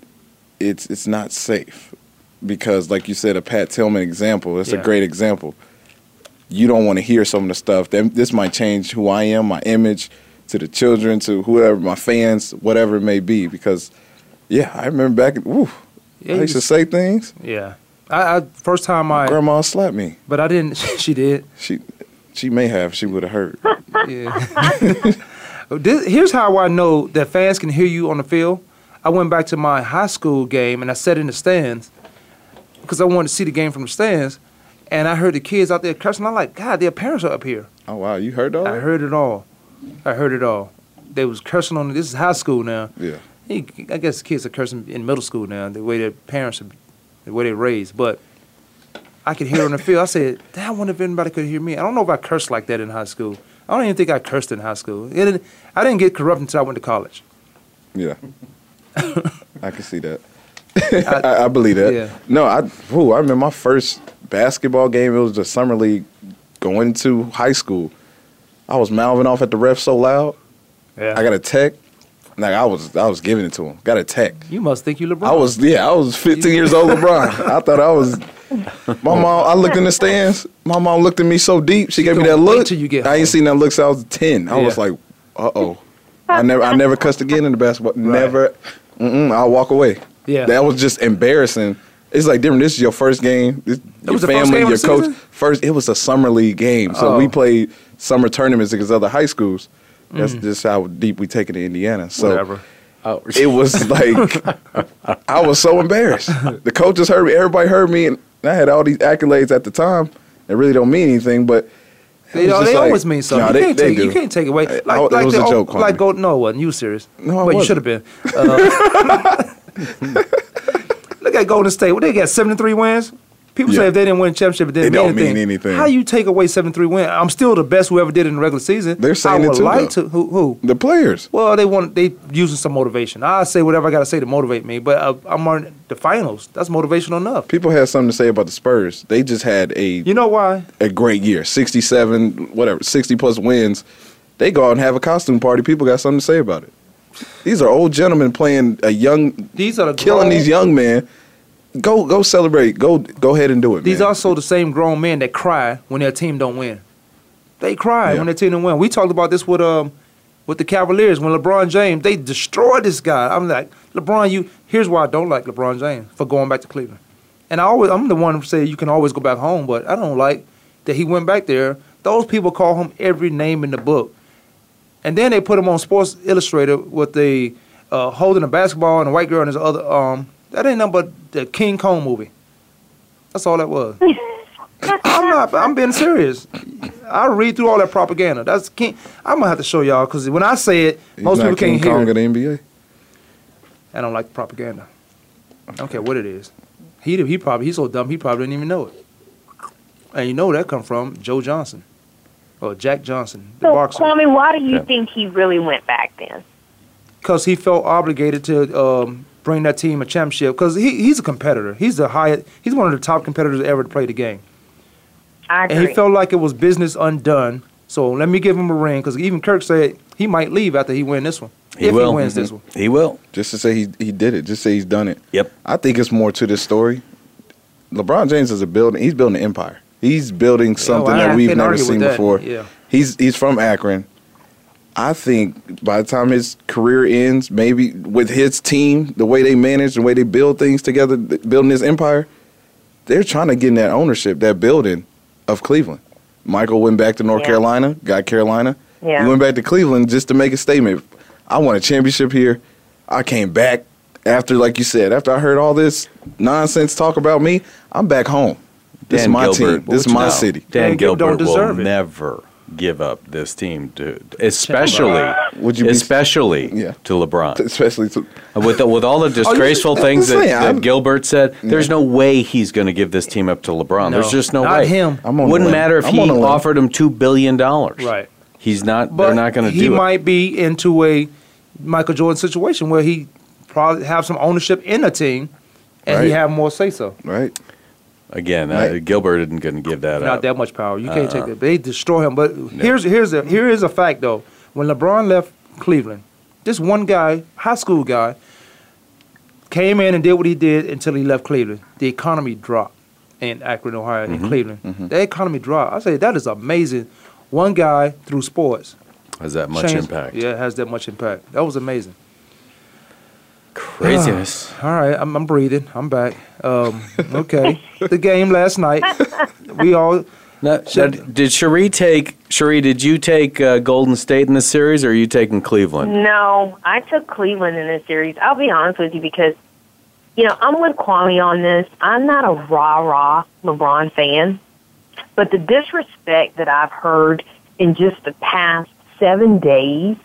D: it's it's not safe because, like you said, a Pat Tillman example. That's
C: Yeah.
D: a great example. You don't want to hear some of the stuff that this might change who I am, my image to the children, to whoever my fans, whatever it may be. Because, yeah, I remember back. in- Woo,
C: Yeah,
D: I
C: you
D: used to
C: s-
D: say things.
C: yeah. I, I first time I
D: Grandma slapped me.
C: but I didn't she did.
D: She she may have. She would have heard.
C: Yeah. this, here's how I know that fans can hear you on the field. I went back to my high school game and I sat in the stands because I wanted to see the game from the stands. And I heard the kids out there cursing. I'm like, God, their parents are up here.
D: oh wow, you heard all
C: I
D: that?
C: heard it all. I heard it all. They was cursing on. This is high school now.
D: Yeah.
C: You- I guess kids are cursing in middle school now. The way their parents, are, the way they raised. But I could hear on the field. I said, "Damn, I wonder if anybody could hear me." I don't know if I cursed like that in high school. I don't even think I cursed in high school. It didn't- I didn't get corrupt until I went to college.
D: Yeah. I can see that. I, I believe that.
C: Yeah.
D: No, I whew, I remember my first basketball game, it was the summer league going to high school. I was mouthing off at the ref so loud.
C: Yeah.
D: I got a tech. Like I was I was giving it to him. Got a tech.
C: you must think you LeBron.
D: I was yeah, I was 15 years old LeBron. I thought I was my mom I looked in the stands. My mom looked at me so deep. She gave me
C: gonna
D: that
C: wait
D: look.
C: till you get
D: I
C: home.
D: ain't seen that look since I was 10. I
C: Yeah.
D: was like, "Uh-oh." I never I never cussed again in the basketball. Never. Mm-mm, I'll walk away.
C: Yeah.
D: That was just embarrassing. It's like different. This is your first game. This, your
C: was the first
D: family,
C: game of the
D: your coach.
C: season?
D: First, it was a summer league game. So
C: Oh.
D: we played summer tournaments against other high schools. That's just how deep we take it in Indiana. So
C: Mm. Whatever.
E: Oh,
D: it was like I was so embarrassed. The coaches heard me, everybody heard me, and I had all these accolades at the time. It really don't mean anything, but
C: They,
D: was
C: they
D: just like-
C: always mean something.
D: Nah,
C: you,
D: they-
C: can't
D: they
C: take, you
D: do.
C: can't take it away.
D: I-
C: Like,
D: I- it
C: like
D: was
C: the
D: a
C: old-
D: joke,
C: Like
D: Kwame.
C: go, no, it wasn't you serious?
D: No, I
C: but you
D: wasn't.
C: should have been. Uh, look at Golden State. What they got? Seventy three wins. People say
D: Yeah.
C: if they didn't win a championship, it didn't
D: It
C: mean
D: don't mean
C: anything.
D: anything.
C: How you take away seventy three win? I'm still the best whoever did in the regular season.
D: They're saying
C: I
D: it
C: would
D: too,
C: like
D: though.
C: to who who.
D: the players.
C: Well, they want they using some motivation. I say whatever I got to say to motivate me, but uh, I'm on the finals. That's motivational enough.
D: People had something to say about the Spurs. They just had a
C: You know why?
D: a great year, sixty-seven, whatever, sixty plus wins. They go out and have a costume party. People got something to say about it. These are old gentlemen playing a young,
C: These are the
D: killing
C: grown-
D: these young men. Go go celebrate. Go go ahead and do it.
C: These
D: man.
C: also the same grown men that cry when their team don't win. They cry
D: Yeah.
C: when their team don't win. We talked about this with um with the Cavaliers when LeBron James they destroyed this guy. I'm like LeBron, you here's why I don't like LeBron James for going back to Cleveland. And I always I'm the one who say you can always go back home, but I don't like that he went back there. Those people call him every name in the book, and then they put him on Sports Illustrated with the uh, holding a basketball and a white girl and his other arm. That ain't nothing but the King Kong movie. That's all that was. I'm not. I'm being serious. I read through all that propaganda. That's King. I'm gonna have to show y'all because when I say it,
D: He's
C: most
D: not
C: people
D: King
C: can't hear. it.
D: Kong of the NBA.
C: I don't like propaganda. I don't care what it is. He he probably he's so dumb he probably didn't even know it. And you know where that come from? Joe Johnson, or Jack Johnson, the
B: So,
C: boxer,
B: Kwame, why do you
E: Yeah.
B: think he really went back then?
C: because he felt obligated to um, bring that team a championship. Because he, he's a competitor. He's the highest. He's one of the top competitors ever to play the game.
B: I agree.
C: And he felt like it was business undone. So let me give him a ring because even Kirk said he might leave after he win this one. if he wins this one.
E: He will.
D: Just to say he he did it. Just say he's done it.
E: Yep.
D: I think it's more to this story. LeBron James is a building. He's building an empire. He's building something
C: Oh, I
D: that we've
C: can't
D: never
C: argue with
D: seen
C: that.
D: before.
C: Yeah.
D: He's he's from Akron. I think by the time his career ends, maybe with his team, the way they manage, the way they build things together, th- building this empire, they're trying to get in that ownership, that building of Cleveland. Michael went back to North
B: Yeah.
D: Carolina, got Carolina.
B: Yeah.
D: He went back to Cleveland just to make a statement. I won a championship here. I came back after, like you said, after I heard all this nonsense talk about me. I'm back home. This is
E: Dan
D: my
E: Gilbert
D: team.
E: will
D: This is my
E: now-
D: city.
E: Dan
C: Dan Gil-
E: Gilbert
C: don't
E: will
C: deserve it.
E: never give up this team to, especially,
D: Would you be-
E: especially
D: Yeah.
E: to LeBron.
D: Especially to,
E: With the, with all the disgraceful
D: I'm
E: things that,
D: saying,
E: that
D: I'm-
E: Gilbert said, there's no way he's going to give this team up to LeBron.
C: No,
E: there's just no
C: not
E: way.
C: him.
D: I'm on the
E: Wouldn't
D: limb.
E: matter if
D: I'm
E: he
D: on the limb.
E: offered him two billion dollars.
C: Right.
E: He's not.
C: But
E: they're not going to
C: he
E: do it.
C: might be into a Michael Jordan situation where he probably have some ownership in the team, and he
D: Right.
C: have more say so.
D: right?
E: Again, uh,
D: Right.
E: Gilbert isn't going to give that
C: Not
E: up.
C: that much power. You can't take
E: Uh-uh.
C: that. They destroy him. But here's here's a here is a fact though. When LeBron left Cleveland, this one guy, high school guy, came in and did what he did until he left Cleveland. The economy dropped in Akron, Ohio,
E: Mm-hmm.
C: and Cleveland. The economy dropped. I say that is amazing. One guy through sports
E: Has that much
C: changed-
E: impact?
C: Yeah, it has that much impact. That was amazing.
E: Craziness.
C: All right, I'm, I'm breathing. I'm back. Um, okay, the game last night. We all
E: Now, now, did Cherie take Cherie? Did you take uh, Golden State in this series, or are you taking Cleveland?
B: No, I took Cleveland in this series. I'll be honest with you because, you know, I'm with Kwame on this. I'm not a rah rah LeBron fan, but the disrespect that I've heard in just the past seven days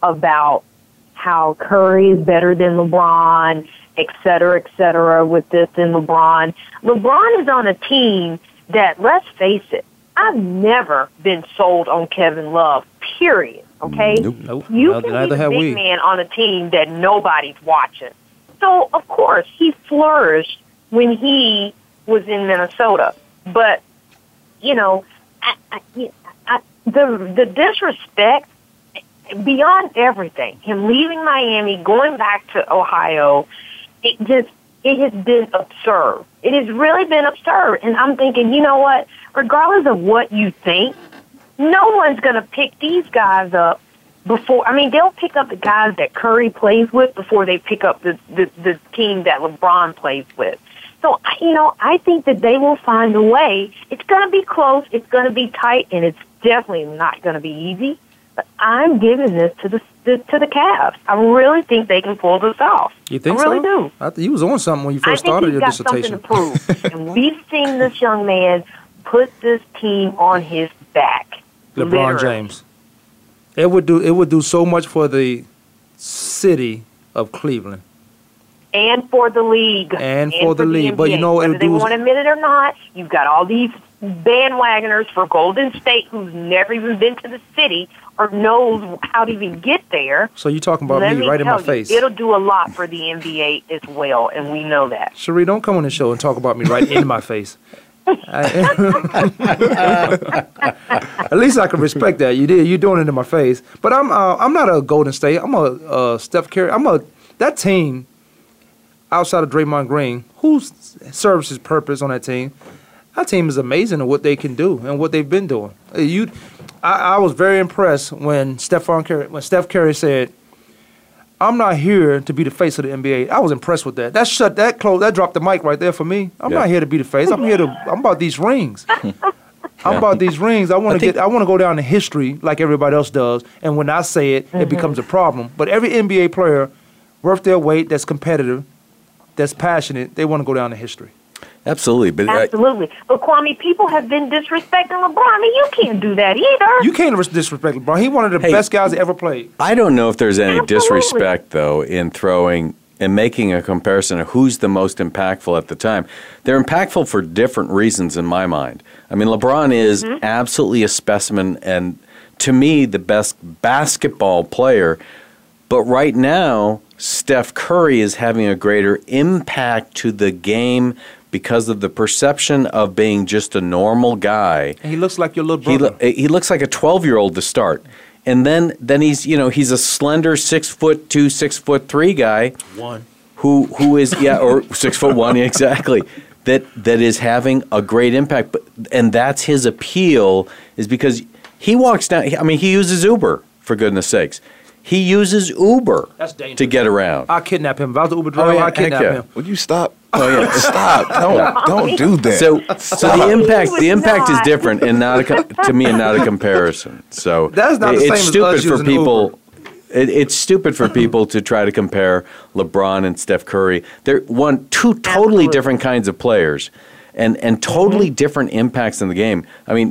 B: about how Curry is better than LeBron, et cetera, et cetera, with this and LeBron. LeBron is on a team that, let's face it, I've never been sold on Kevin Love, period. Okay?
C: Nope.
B: You
C: Neither-
B: can
C: neither
B: be the
C: have
B: big
C: we.
B: man on a team that nobody's watching. So of course he flourished when he was in Minnesota, but you know, I, I, I, the the disrespect beyond everything. Him leaving Miami, going back to Ohio, it just it has been absurd. It has really been absurd, and I'm thinking, you know what? Regardless of what you think, no one's going to pick these guys up before. I mean, they'll pick up the guys that Curry plays with before they pick up the the, the team that LeBron plays with. So I- you know, I think that they will find a way. It's going to be close. It's going to be tight, and it's definitely not going to be easy. But I'm giving this to the to the Cavs. I really think they can pull this off.
C: You think
B: I really
C: so?
B: do.
C: I th- you was on something when you
B: I
C: first
B: think
C: started
B: he's
C: your
B: got something to
C: dissertation.
B: prove, and we've seen this young man put this team on his back.
C: LeBron
B: Literally.
C: James. It would do it would do so much for the city of Cleveland.
B: and for the league
C: And for the league.
B: NBA.
C: But you know what
B: whether
C: it'll
B: they
C: do is-
B: want to admit it or not, you've got all these bandwagoners for Golden State who's never even been to the city or knows how to even get there.
C: So you talking about
B: Let
C: me
B: me
C: right in my
B: tell you,
C: face.
B: it'll do a lot for the NBA as well, and we know that.
C: Cherie, don't come on the show and talk about me right in my face. I- At least I can respect that. You did. You're doing it in my face. But I'm uh, I'm not a Golden State. I'm a uh, Steph Curry. I'm a that team outside of Draymond Green, who s- serves his purpose on that team. That team is amazing at what they can do and what they've been doing. Uh, You, I, I was very impressed when Stephon Curry when Steph Curry said, "I'm not here to be the face of the NBA." I was impressed with that. That shut that close. That dropped the mic right there for me. I'm
E: Yeah.
C: not here to be the face. I'm here to. I'm about these rings. I'm about these rings. I want to get. I want to go down in history like everybody else does. And when I say it, it becomes a problem. But every NBA player worth their weight, that's competitive, that's passionate, they want to go down in history.
E: Absolutely, but uh, I-
B: Absolutely. But Kwame, people have been disrespecting LeBron. I mean, you can't do that either.
C: You can't res- disrespect LeBron. He's one of the
E: Hey.
C: best guys that ever played.
E: I don't know if there's any
B: Absolutely.
E: disrespect though in throwing and making a comparison of who's the most impactful at the time. They're impactful for different reasons in my mind. I mean, LeBron is absolutely a specimen and to me the best basketball player, but right now Steph Curry is having a greater impact to the game because of the perception of being just a normal guy
C: And he looks like your little
E: he,
C: brother.
E: lo- eh, he looks like a 12 year old to start and then then he's you know he's a slender six foot two six foot three guy
C: one.
E: who who is yeah or six foot one yeah, exactly that that is having a great impact but and that's his appeal is because he walks down i mean he uses uber for goodness sakes he uses uber
C: That's
E: to
C: dangerous.
E: get around
C: I kidnap him. If I was the Uber driver,
E: yeah,
C: I
E: heck
C: kidnap
E: yeah.
C: him.
D: Would you stop?
E: Oh yeah.
D: Stop! Don't don't do that.
E: So, so the impact
B: was
E: the impact is
B: not.
E: different and not a, co- to me and not a comparison. So
C: That's not
E: it-
C: the
E: it's
C: same as
E: stupid
C: us
E: for
C: using
E: people. It, it's stupid for people to try to compare LeBron and Steph Curry. They're one two totally
B: Absolutely. Mm-hmm.
E: different kinds of players, and and totally different impacts in the game. I mean,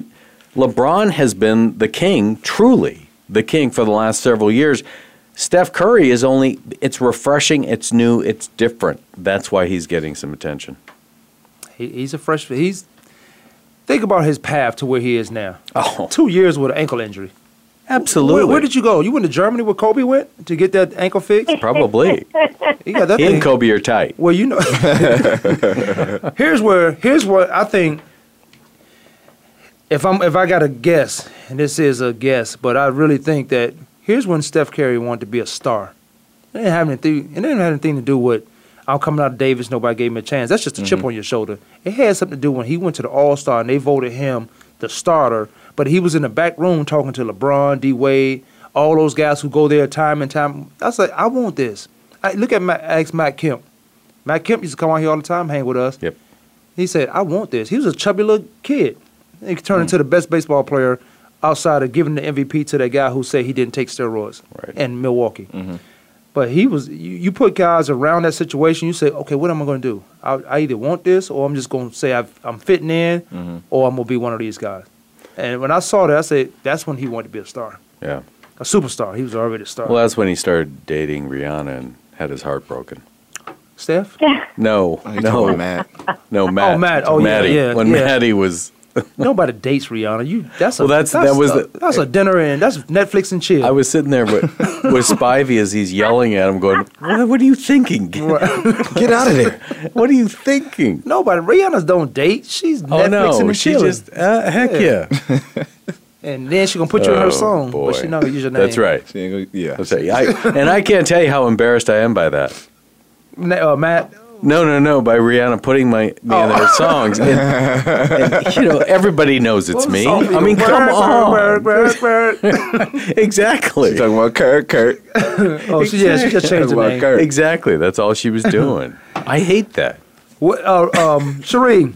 E: LeBron has been the king, truly the king for the last several years. Steph Curry is only it's refreshing, it's new, it's different. That's why he's getting some attention.
C: He, he's a freshman. He's think about his path to where he is now.
E: Oh.
C: Two years with an ankle injury.
E: Absolutely.
C: Where, where did you go? You went to Germany where Kobe went to get that ankle fixed.
E: Probably.
C: He got that
E: He
C: thing-
E: and Kobe are tight.
C: Well, you know, here's where here's what I think. If I'm if I got a guess, and this is a guess, but I really think that here's when Steph Curry wanted to be a star. It didn't have anything. It didn't have anything to do with I'm coming out of Davis. Nobody gave me a chance. That's just a chip on your shoulder. It had something to do when he went to the All Star and they voted him the starter, but he was in the back room talking to LeBron, D Wade, all those guys who go there time and time. I was like, I want this. I, look at Matt, ask Matt Kemp. Matt Kemp used to come out here all the time, hang with us.
E: Yep.
C: He said, I want this. He was a chubby little kid. He turned
E: Mm-hmm.
C: into the best baseball player outside of giving the MVP to that guy who said he didn't take steroids
E: Right. Mm-hmm.
C: in Milwaukee. But he was, you, you put guys around that situation, you say, okay, what am I going to do? I, I either want this or I'm just going to say I've, I'm fitting in
E: Mm-hmm.
C: or I'm going to be one of these guys. And when I saw that, I said, that's when he wanted to be a star,
E: Yeah.
C: a superstar. He was already a star.
E: Well, that's when he started dating Rihanna and had his heart broken.
C: Steph?
E: No,
D: Hey, come on,
E: no,
D: Matt.
E: no, Matt.
C: Oh, Matt. Oh, yeah,
E: Matty.
C: yeah,
E: When
C: yeah.
E: Maddie was,
C: Nobody dates Rihanna. You that's a,
E: Well, that's- that was
C: a,
E: the-
C: that's a dinner and that's Netflix and chill.
E: I was sitting there with, with Spivey as he's yelling at him, going, "What, what are you thinking?
D: Get out of there.
E: what are you thinking?"
C: Nobody Rihanna's don't date. She's
E: Oh
C: Netflix
E: no,
C: and
E: she
C: chilling.
E: just uh, heck
C: Yeah.
E: yeah.
C: and then she gonna put you in her
E: Oh,
C: song,
E: boy.
C: but she not gonna use your name.
E: That's right.
D: She ain't gonna- yeah.
E: That's right. I, and I can't tell you how embarrassed I am by that.
C: Na- uh, Matt,
E: No, no, no! By Rihanna putting my me in
C: Oh.
E: their songs, and, and, you know everybody knows it's me.
C: Oh,
E: I mean, come on, exactly,
D: She talking about Kurt. Kurt.
C: oh, she, yeah, she just changed
D: Talking
C: her
D: about
C: name.
D: Kurt.
E: exactly. That's all she was doing. I hate that.
C: What, uh, um, Shereen,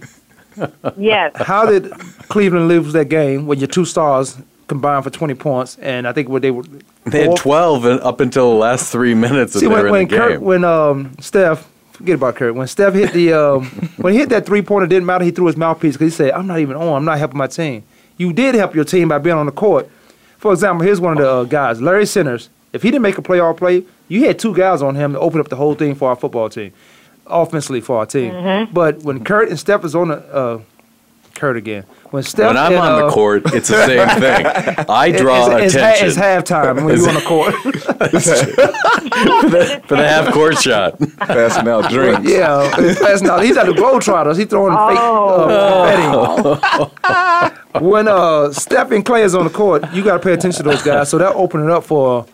B: Yes.
C: how did Cleveland lose that game when your two stars combined for twenty points? And I think what they were
E: They had twelve and up until the last three minutes that
C: See
E: they
C: when,
E: were
C: when
E: in the
C: Kurt,
E: game.
C: when um Steph, forget about Kurt. When Steph hit the um when he hit that three pointer, didn't matter. He threw his mouthpiece because he said, "I'm not even on. I'm not helping my team." You did help your team by being on the court. For example, here's one of the uh, guys, Larry Centers. If he didn't make a playoff play, you had two guys on him to open up the whole thing for our football team, offensively for our team. But when Kurt and Steph is on the uh, Kurt again, when Steph
E: When I'm
C: and,
E: on
C: uh,
E: the court, it's the same thing. I
C: it-
E: draw
C: it's, it's, ha-
E: attention
C: it's halftime when you're on the court.
E: for the half court shot.
D: Passing out drinks.
C: Yeah, that's not. He's at the Globetrotters. He's throwing fake uh, confetti. when uh, Steph and Clay is on the court, you got to pay attention to those guys. So they're opening up for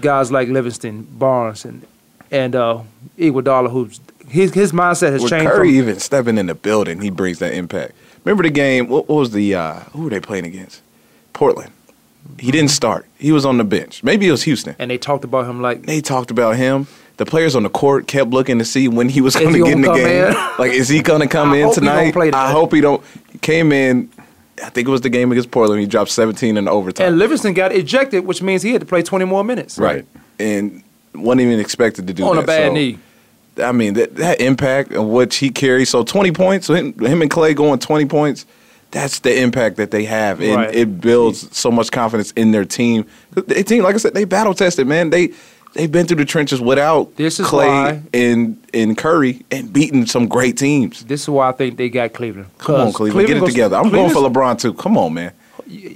C: guys like Livingston, Barnes, and and uh, Iguodala, who's his his mindset has
D: With
C: changed.
D: Curry
C: from-
D: even stepping in the building, he brings that impact. Remember the game? What, what was the? Uh, who were they playing against? Portland. He didn't start. He was on the bench. Maybe it was Houston.
C: Mm-hmm. and they talked about him like
D: They talked about him. The players on the court kept looking to see when he was going
C: he
D: to get in the
C: gonna
D: game.
C: come in?
D: Like, is he going to come
C: I
D: in
C: hope he don't
D: tonight?
C: play tonight.
D: I hope he don't. He came in. I think it was the game against Portland. He dropped 17 in overtime.
C: and Livingston got ejected, which means he had to play 20 more minutes.
D: right. And wasn't even expected to do
C: On
D: that.
C: a bad
D: so-
C: knee.
D: I mean that that impact and what he carries. So twenty points, so him, him and Clay going twenty points. That's the impact that they have, and
C: Right.
D: it builds so much confidence in their team. They team, like I said, they battle tested, man. They they've been through the trenches without
C: This is
D: Clay
C: why-
D: and and Curry and beating some great teams.
C: This is why I think they got Cleveland.
D: Come on, Cleveland, get it together. I'm going for LeBron too. Come on, man.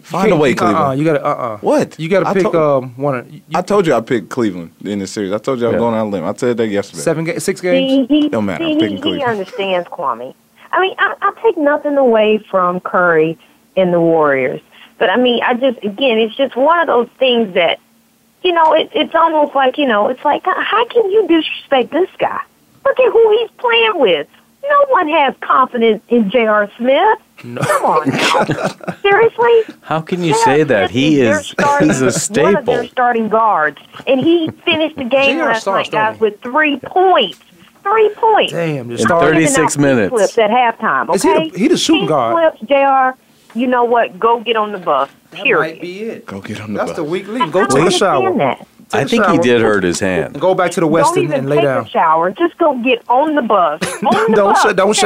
D: Find a way,
C: Uh-uh,
D: Cleveland.
C: you got to uh-uh.
D: What?
C: You got
D: I
C: to pick
D: told-
C: um, one. Of, you,
D: I told you I picked Cleveland in this series. I told you I was
E: Yeah.
D: going on a limb. I said that yesterday.
C: seven, ga- six games.
B: See, he,
D: Don't matter.
B: see,
D: I'm picking
B: he, he
D: Cleveland.
B: understands Kwame. I mean, I, I take nothing away from Curry and the Warriors, but I mean, I just again, it's just one of those things that you know, it, it's almost like you know, it's like how can you disrespect this guy? Look at who he's playing with. No one has confidence in J.R. Smith. Come on, now. seriously.
E: How can you
B: J.R.
E: say that?
B: Smith
E: He
B: their
E: is
B: starting-
E: he's a
B: One of their
E: staple.
B: starting guards, and he finished the game
C: J.R.
B: last
C: starts,
B: night, guys,
C: don't he?
B: with three points. three points.
C: Damn, just
E: In
C: start.
E: 30
B: Giving out
E: 36
B: key
E: minutes.
B: Flips at halftime.
C: Is he the-
B: Okay,
C: he the shooting
B: Key
C: guard?
B: Flips, Jr. You know what? Go get on the bus.
C: That
B: period.
C: might be it.
D: Go get on the
C: That's
D: bus.
C: the weak link. Go
B: I don't
C: take a
B: understand
C: shower.
B: That.
C: Take
E: I
C: a
E: think he
C: shower.
E: did hurt his
C: And
E: hand.
C: go back to the west and,
B: don't even
C: and lay
B: take
C: down.
B: a shower. Just go get on the bus. On the
C: Don't
B: bus.
C: sh- don't
B: okay?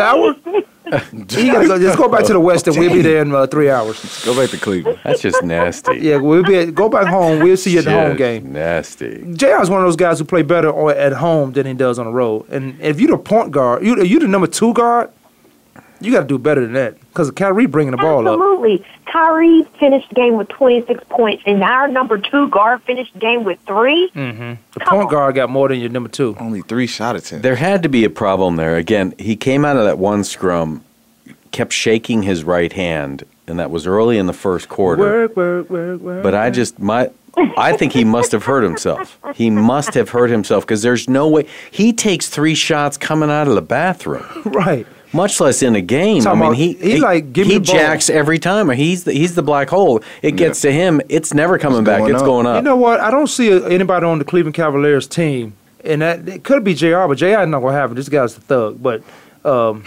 C: shower? You gotta go, just go back to the west and we'll be there in uh, three hours.
D: Go back to Cleveland.
E: That's just nasty.
C: Yeah, we'll be at, go back home. We'll see you at the home
E: Just
C: game.
E: Nasty.
C: JR is one of those guys who play better on, at home than he does on the road. And if you're the point guard, you you the number two guard, you got to do better than that because Kyrie bringing the ball up.
B: Absolutely. Kyrie finished the game with 26 points, and our number two guard finished the game with three.
C: The point
B: Come on.
C: guard got more than your number two.
D: Only three shot attempts.
E: There had to be a problem there. Again, he came out of that one scrum, kept shaking his right hand, and that was early in the first quarter.
C: Work, work, work, work.
E: But I just my I think he must have hurt himself. He must have hurt himself because there's no way he takes three shots coming out of the bathroom,
C: right.
E: much less in a game. I
C: Talking
E: mean,
C: about-
E: he
C: he like, give me
E: he
C: the ball.
E: jacks every time. He's the, he's the black hole. It gets to him. It's never coming back.
D: going
E: it's
D: up.
E: going up.
C: You know what? I don't see uh, anybody on the Cleveland Cavaliers team, and that it could be Jr. But Jr. is not gonna happen. This guy's a thug. But um,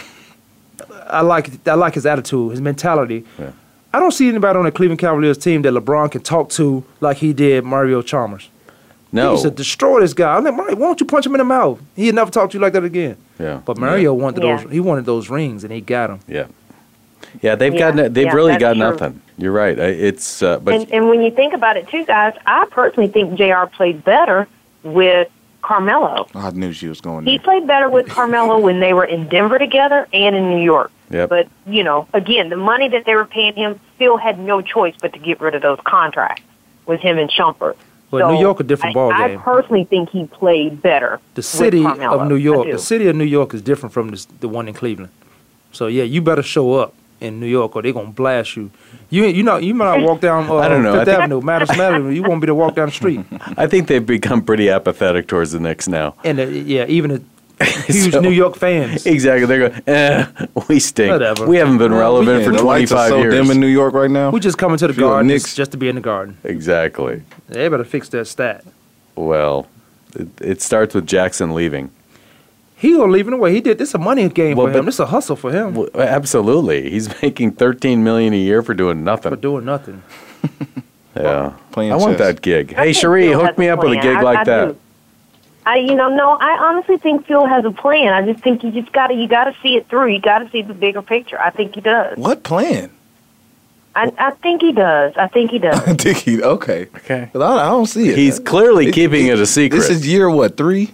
C: I like I like his attitude, his mentality. I don't see anybody on the Cleveland Cavaliers team that LeBron can talk to like he did Mario Chalmers.
E: no.
C: He used to destroy this guy. I'm like, Mario, why don't you punch him in the mouth? He'd never talk to you like that again.
E: Yeah.
C: But Mario wanted
B: Yeah.
C: those. He wanted those rings, and he got them.
E: yeah. Yeah, they've
B: Yeah,
E: got no- they've
B: yeah,
E: really
B: that's
E: got
B: true.
E: nothing. You're right. I- It's uh, but
B: and, and when you think about it, too, guys, I personally think JR played better with Carmelo.
D: I knew she was going
B: He
D: there.
B: played better with Carmelo when they were in Denver together and in New York.
E: Yep.
B: But, you know, again, the money that they were paying him still had no choice but to get rid of those contracts with him and Shumpert.
C: But
B: So
C: New York a different
B: I,
C: ball
B: I
C: game.
B: personally think he played better.
C: the city
B: with Carmelo.
C: of New York.
B: I do.
C: The city of New York is different from this, the one in Cleveland. So yeah, you better show up in New York, or they're gonna blast you. You you know you might not walk down uh,
E: I don't know. I
C: Fifth
E: think-
C: Avenue, Madison Avenue. You won't be to walk down the street.
E: I think they've become pretty apathetic towards the Knicks now.
C: And uh, yeah, even the huge
E: So-
C: New York fans.
E: Exactly. They're going, eh, we stink.
C: Whatever.
E: We haven't been relevant
D: Man,
E: for
D: the lights
E: 25
D: are so
E: years.
D: dim in New York right now.
C: We just coming to the
D: If you're a
C: garden
D: Knicks-
C: just to be in the garden.
E: Exactly.
C: They better fix that stat.
E: Well, it, it starts with Jackson leaving.
C: He gonna leave it away. He did this a money game
E: Well,
C: for
E: but-
C: him. This a hustle for him
E: Well, absolutely, he's making 13 million a year for doing
C: for
E: nothing.
C: doing nothing.
E: yeah,
D: Playing
E: I want
D: chess.
E: that gig.
B: I
E: hey,
B: think
E: Cherie,
B: Phil
E: hook
B: has
E: me up with a
B: plan.
E: gig
B: I-
E: like
B: I
E: that.
B: do. I, you know, no, I honestly think Phil has a plan. I just think you just gotta, you gotta see it through. You gotta see the bigger picture. I think he does.
D: what plan?
B: I, I think he does. I think he
D: I
B: does.
D: think he okay.
E: Okay.
D: 'Cause I, I don't see it.
E: He's clearly keeping it a secret.
D: This is year what three?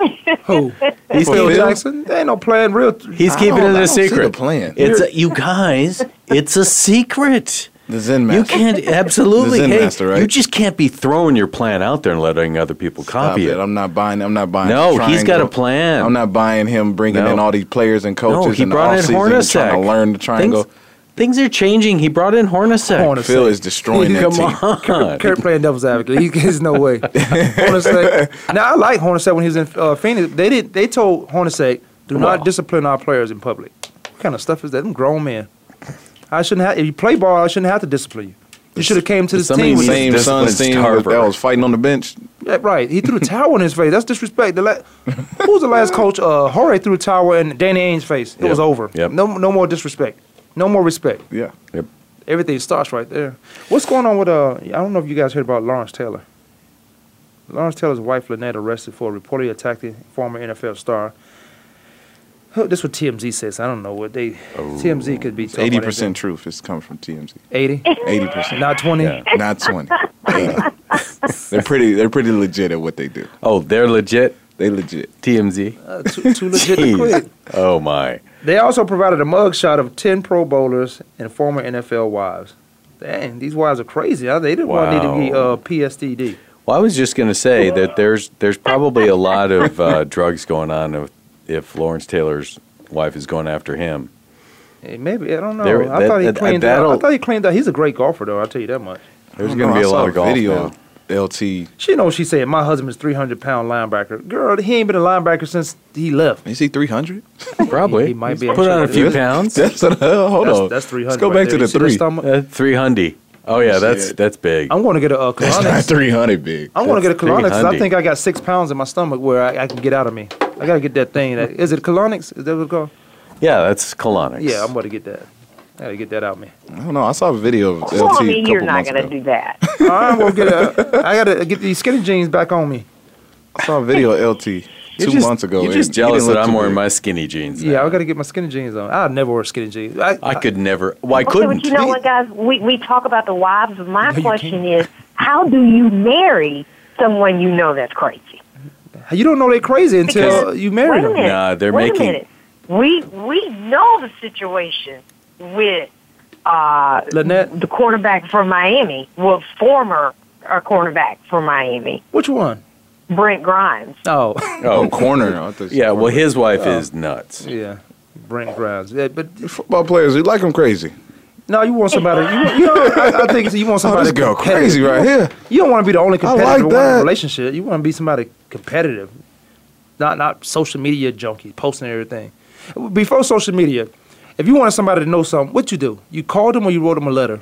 C: Who?
E: he's
D: Phil
C: Phil
E: keeping,
C: Jackson? They ain't no playing real.
E: he's
D: I
E: keeping
D: don't-
E: it
D: I
E: a
D: don't see the
E: secret.
D: plan.
E: It's a, you guys. It's a secret.
D: The Zen
E: You
D: Master.
E: can't absolutely.
D: Zen
E: hey,
D: master, right?
E: you just can't be throwing your plan out there and letting other people
D: Stop
E: copy
D: it.
E: it.
D: I'm not buying. I'm not buying.
E: No,
D: the
E: he's got a
D: triangle.
E: plan.
D: I'm not buying him bringing
E: No.
D: in all these players and coaches.
E: No, he
D: in the
E: brought in
D: offseason Trying
E: Hornacek.
D: to learn the triangle.
E: Things, things are changing. He brought in Hornacek.
C: Hornacek.
D: Phil is destroying that
E: Come
D: team.
E: on.
C: Kurt playing devil's advocate. He, there's no way. Hornacek. Now I like Hornacek when he was in uh, Phoenix. They did. They told Hornacek, "Do not
E: Well.
C: discipline our players in public." What kind of stuff is that? Them grown men. I shouldn't have. If you play ball, I shouldn't have to discipline you. You should have came to this
E: somebody
C: team. With
E: needs-
D: Same son's
E: Disciplined
D: team that
E: Tarver.
D: was fighting on the bench.
C: Yeah, right. He threw the towel in his face. That's disrespect. The la- who was the last coach? Uh, Jorge threw the towel in Danny Ainge's face. It
E: Yep.
C: was over.
E: Yep.
C: No, no more disrespect. No more respect.
D: Yeah.
E: Yep.
C: Everything starts right there. What's going on with uh? I don't know if you guys heard about Lawrence Taylor. Lawrence Taylor's wife Lynette arrested for reportedly attacking former NFL star. Huh, This what TMZ says. I don't know what they.
E: Oh.
C: TMZ could be
D: It's eighty percent truth. It's come from TMZ.
C: Eighty,
D: Eighty percent,
C: not twenty.
E: Yeah.
D: not twenty. 80. they're pretty. They're pretty legit at what they do.
E: Oh, they're legit.
D: They legit.
E: TMZ.
C: Uh, too, too legit to quit.
E: Jeez. Oh my.
C: They also provided a mugshot of 10 Pro Bowlers and former NFL wives. Dang, these wives are crazy. Huh? They didn't
E: Wow.
C: want to need to be uh, PSTD.
E: Well, I was just going to say that there's there's probably a lot of uh, drugs going on if, if Lawrence Taylor's wife is going after him.
C: Eh, Maybe I don't know.
E: There-
C: I
E: that-
C: thought he
E: that-
C: cleaned that, up. I
E: that'll-
C: thought he cleaned up. He's a great golfer, though. I'll tell you that much.
E: There's
D: I don't know,
E: going to be
D: I
E: a
D: saw
E: lot of golf
D: Video.
E: now.
D: LT.
C: She knows she said my husband's 300 pound linebacker. Girl, he ain't been a linebacker since he left.
D: Is he three hundred?
E: Probably.
C: He might be
E: put on a
C: actually-
E: few pounds.
D: That's a, hold
C: That's,
D: on.
C: that's 300.
D: Let's go
C: right
D: back
C: there. You
D: to the
C: see that
D: three.
C: stomach?
E: Uh, Three hundy. Oh yeah, that's
D: Shit.
E: that's big.
C: I'm going to get a uh,
D: That's not
C: colonics.
D: three hundred big.
C: Oh. I'm going to get a
E: That's
C: colonics. 'cause I
E: 300.
C: think I got six pounds in my stomach where I, I can get out of me. I gotta get that thing. That, is it colonics? Is that what it's called?
E: Yeah, that's colonics.
C: Yeah, I'm about to get that. I gotta get that out, man.
D: I don't know. I saw a video of LT
B: Well,
D: a
B: I mean,
D: couple
B: you're not
D: months
B: going to
D: ago.
B: do that.
C: I won't get it. I gotta get these skinny jeans back on me.
D: I saw a video of LT 2
E: You're just-
D: months ago.
E: You're
D: and
E: just
D: he
E: jealous
D: didn't
E: that
D: look
E: I'm
D: too
E: wearing
D: big.
E: my skinny jeans. now.
C: Yeah, I gotta get my skinny jeans on. I never wear skinny jeans. I,
E: I could never. Well, I
B: Okay,
E: couldn't.
B: but you know what, guys? We we talk about the wives. My
C: No, you
B: question is, how do you marry someone you know that's crazy?
C: You don't know they crazy until
B: Because-
C: you marry
B: wait a
C: them.
B: minute.
E: Nah, they're
B: wait
E: making-
B: A minute. We we know the situation with uh,
C: Lynette,
B: the cornerback from Miami, well, former uh, cornerback from Miami,
C: which one?
B: Brent Grimes.
C: Oh,
D: Oh,
E: Oh,
D: corner. I thought you
E: yeah.
D: said
E: Well, his wife is nuts.
C: yeah, Brent Grimes. Yeah, but
D: football players, we like them crazy.
C: no, you want somebody. You, you know, I, I think you want
D: Oh,
C: somebody.
D: this girl
C: competitive.
D: crazy right here.
C: You don't want to be the only competitive
D: like
C: one in a
D: that.
C: relationship. You want to be somebody competitive, not not social media junkie posting everything. Before social media, if you wanted somebody to know something, what you do? You called them or you wrote them a letter,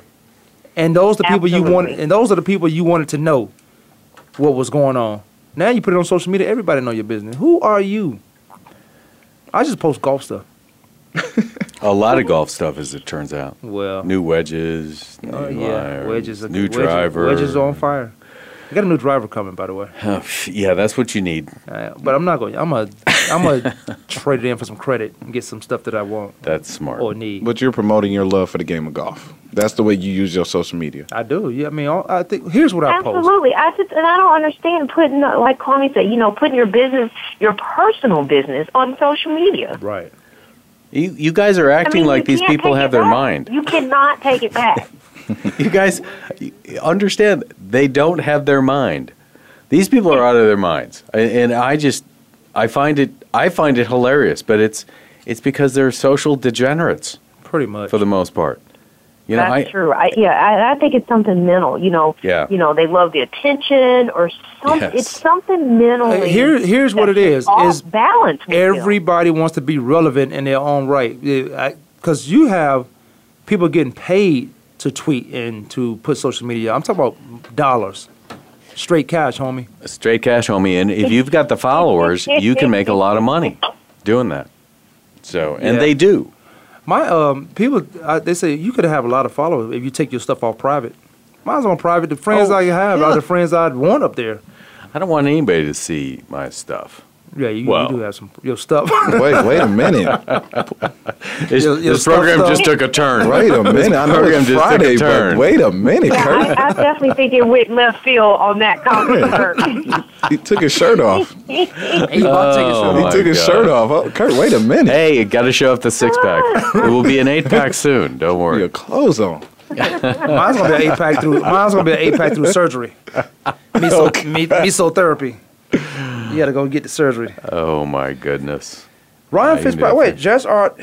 C: and those the people you wanted,
B: Absolutely.
C: and those are the people you wanted to know what was going on. Now you put it on social media, everybody know your business. Who are you? I just post golf stuff.
E: A lot of golf stuff, as it turns out.
C: Well,
E: New wedges. New
C: uh, yeah,
E: irons,
C: wedges, are-
E: New
C: wedges,
E: driver.
C: wedges on fire. I got a new driver coming, by the way.
E: Oh, yeah, that's what you need.
C: Uh, but I'm not going. I'm a. I'm a trade it in for some credit and get some stuff that I want
E: That's smart.
C: or need.
D: But you're promoting your love for the game of golf. That's the way you use your social media.
C: I do. Yeah. I mean, all- I think here's what I post.
B: Absolutely. I just, and I don't understand putting, uh, like Kwame said, you know, putting your business, your personal business on social media.
C: Right.
E: you, you guys are
B: I
E: acting
B: mean,
E: like
B: you
E: these
B: can't
E: people
B: take
E: have
B: it
E: their
B: back.
E: mind.
B: You cannot take it back.
E: You guys you- understand they don't have their mind. These people are out of their minds, and, and I just I find it I find it hilarious. But it's it's because they're social degenerates
C: Pretty much.
E: for the most part. You know,
B: That's
E: I
B: true. I, yeah, I, I think it's something mental. You know,
E: Yeah.
B: you know, they love the attention or something.
E: Yes.
B: It's something mentally.
C: Uh, here, here's what it
B: that's
C: is:
B: off
C: is
B: balance. with them.
C: everybody wants to be relevant in their own right. Because you have people getting paid to tweet and to put social media. I'm talking about dollars, straight cash, homie.
E: straight cash, homie, and if you've got the followers, you can make a lot of money doing that. So, and
C: Yeah.
E: they do.
C: My um, people, I, they say you could have a lot of followers if you take your stuff off private. Mine's on private. The friends
E: Oh,
C: I have
E: yeah.
C: are the friends I'd want up there.
E: I don't want anybody to see my stuff.
C: Yeah, you,
E: Well.
C: you do have some your stuff.
D: Wait, wait a minute.
E: This,
C: Your- your
E: this
C: stuff,
E: program
C: though-
E: just took a turn.
D: Wait a minute. I know
E: program
D: it's
E: just took a
D: Friday,
E: turn.
D: but wait a minute,
B: Yeah,
D: Kurt.
B: I, I definitely think it went left field on that comment. Kurt.
D: He took his shirt off. He
C: Hey, I'll take a
E: Oh,
C: shot.
E: my
D: took his
E: God.
D: shirt off. Oh, Kurt, wait a minute.
E: Hey, you got to show off the six pack. it will be an eight pack soon. Don't worry.
D: Your clothes on.
C: Mine's gonna be an eight pack through. Mine's gonna be an eight pack through surgery. Meso, me, mesotherapy. You gotta go get the surgery.
E: Oh my goodness.
C: Ryan
E: you
C: Fitzpatrick.
E: need
C: Wait,
E: to-
C: Jets are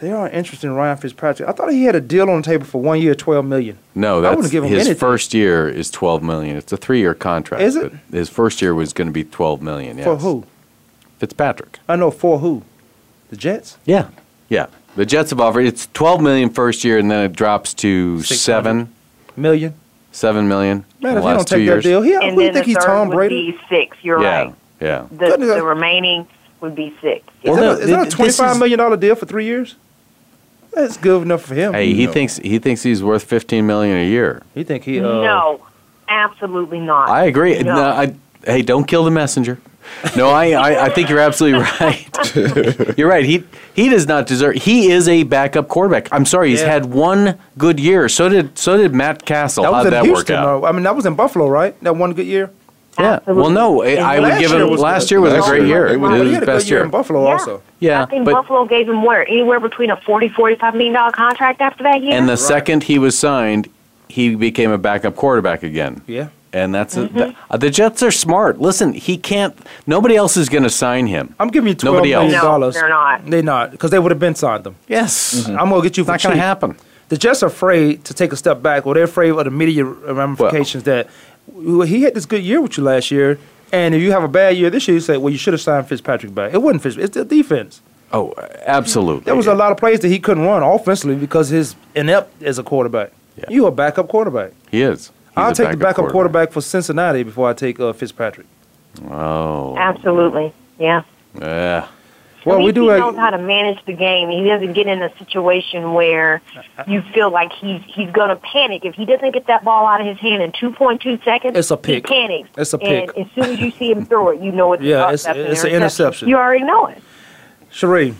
C: they are interested in Ryan Fitzpatrick. I thought he had a deal on the table for one year, twelve million.
E: No,
C: I wouldn't
E: that's
C: give him
E: his
C: anything.
E: first year is twelve million. It's a three year contract.
C: Is it?
E: but His first year was going to be twelve million. Yes.
C: For who?
E: Fitzpatrick.
C: I know for who. The Jets.
E: Yeah. Yeah. The Jets have offered it's twelve million first year, and then it drops to
C: 600.
E: seven,
C: Million.
E: seven million. in
C: Man,
E: the
C: if he
E: last
C: don't
E: two
C: take
E: years.
C: that deal, he,
B: and
C: who
B: then
C: you think
B: the
C: he's
B: third
C: Tom
B: would
C: Brady?
B: be six. You're
E: yeah.
B: right.
E: Yeah.
B: The,
C: Goodness.
B: the remaining would be six.
E: Well,
C: is,
E: no,
C: that, a- is that
E: th-
C: a
E: this
C: twenty-five
E: is-
C: million dollar deal for three years? That's good enough for him.
E: Hey, he
D: No.
E: thinks he thinks he's worth fifteen million a year.
C: he think he uh,
B: no, absolutely not.
E: Oh. I agree. No,
B: No.
E: I, hey, don't kill the messenger. No, I, I, I think you're absolutely right. you're right. He he does not deserve. He is a backup quarterback. I'm sorry. He's
C: Yeah.
E: had one good year. So did so did Matt Castle.
C: That was
E: How'd
C: in
E: that
C: Houston.
E: work out?
C: though. I mean, that was in Buffalo, right? That one good year.
E: yeah. Well, no. I,
B: Absolutely.
E: I
B: And
E: would
C: last
E: give
C: year
E: him.
C: was
E: Last
C: good.
E: year was a
D: Last
E: great
D: year,
E: year.
D: it
E: It
D: was-
C: But
E: was
C: he
E: his
C: had a
E: best
C: good year
E: year.
C: in Buffalo
B: Yeah.
C: also.
E: Yeah,
B: I think
E: but-
B: Buffalo gave him where anywhere between a forty forty-five million dollar contract after that year.
E: And the second he was signed, he became a backup quarterback again.
C: Yeah.
E: And that's a, th-
C: Mm-hmm.
E: uh, the Jets are smart. Listen, he can't. Nobody else is going to sign him.
C: I'm giving you twelve
E: Nobody
C: million
E: else.
B: no,
C: dollars.
B: they're not.
C: They're not because they would have been signed them.
E: Yes,
C: I'm gonna get you for
E: not
C: cheap.
E: going to happen.
C: The Jets are afraid to take a step back, or they're afraid of the media ramifications that well, he had this good year with you last year, and if you have a bad year this year, you say, well, you should have signed Fitzpatrick back. It wasn't Fitzpatrick; it's the defense.
E: Oh, absolutely.
C: There was a lot of plays that he couldn't run offensively because his inept as a quarterback.
E: Yeah.
C: You a backup quarterback.
E: He is. He's
C: I'll
E: a
C: take the backup quarterback for Cincinnati before I take uh, Fitzpatrick.
E: Oh,
B: Absolutely. Yeah.
E: Yeah.
C: Well,
B: At
C: we
B: least
C: do
B: he
C: a-
B: knows how to manage the game. He doesn't get in a situation where you feel like he's he's going to panic if he doesn't get that ball out of his hand in 2.2 seconds.
C: It's a
B: He
C: pick.
B: panics.
C: It's a
B: And
C: pick.
B: as soon as you see him throw it, you know it's
C: Yeah,
B: up.
C: it's-
B: That's
C: it's an interception.
B: You already know it.
C: Cherie.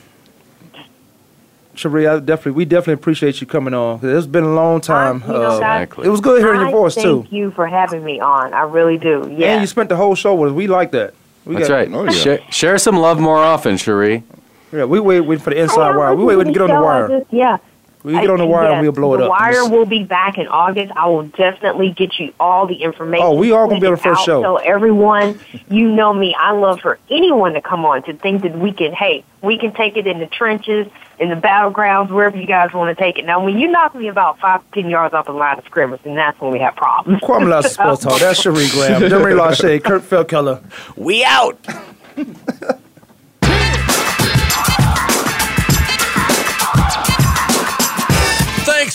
C: Cherie, I definitely we definitely appreciate you coming on. It's been a long time.
B: I- you know,
C: uh,
B: guys,
E: Exactly.
C: it was good hearing
B: I
C: your voice too.
B: Thank you for having me on. I really do. Yeah.
C: And you spent the whole show with us. We like that. We
E: That's
C: got-
E: right.
D: Oh, yeah.
E: share, share some love more often, Cherie.
C: Yeah, we wait waiting for the inside wire. We wait waiting to get on the wire.
B: yeah.
C: We get on the
B: I-
C: wire
B: yes,
C: and we'll blow it
B: the
C: up.
B: wire will be back in August. I will definitely get you all the information.
C: Oh, we all gonna be
B: Get
C: on the first
B: out.
C: show.
B: So everyone, you know me. I love for anyone to come on to think that we can. Hey, we can take it in the trenches, in the battlegrounds, wherever you guys want to take it. Now, when you knock me about five, ten yards off the line of scrimmage, then that's when we have problems.
C: Kwame Lasseter Sports Talk. That's Cherie Graham, Jeremy Lachey, Kurt Feldkeller.
E: We out.
F: Thanks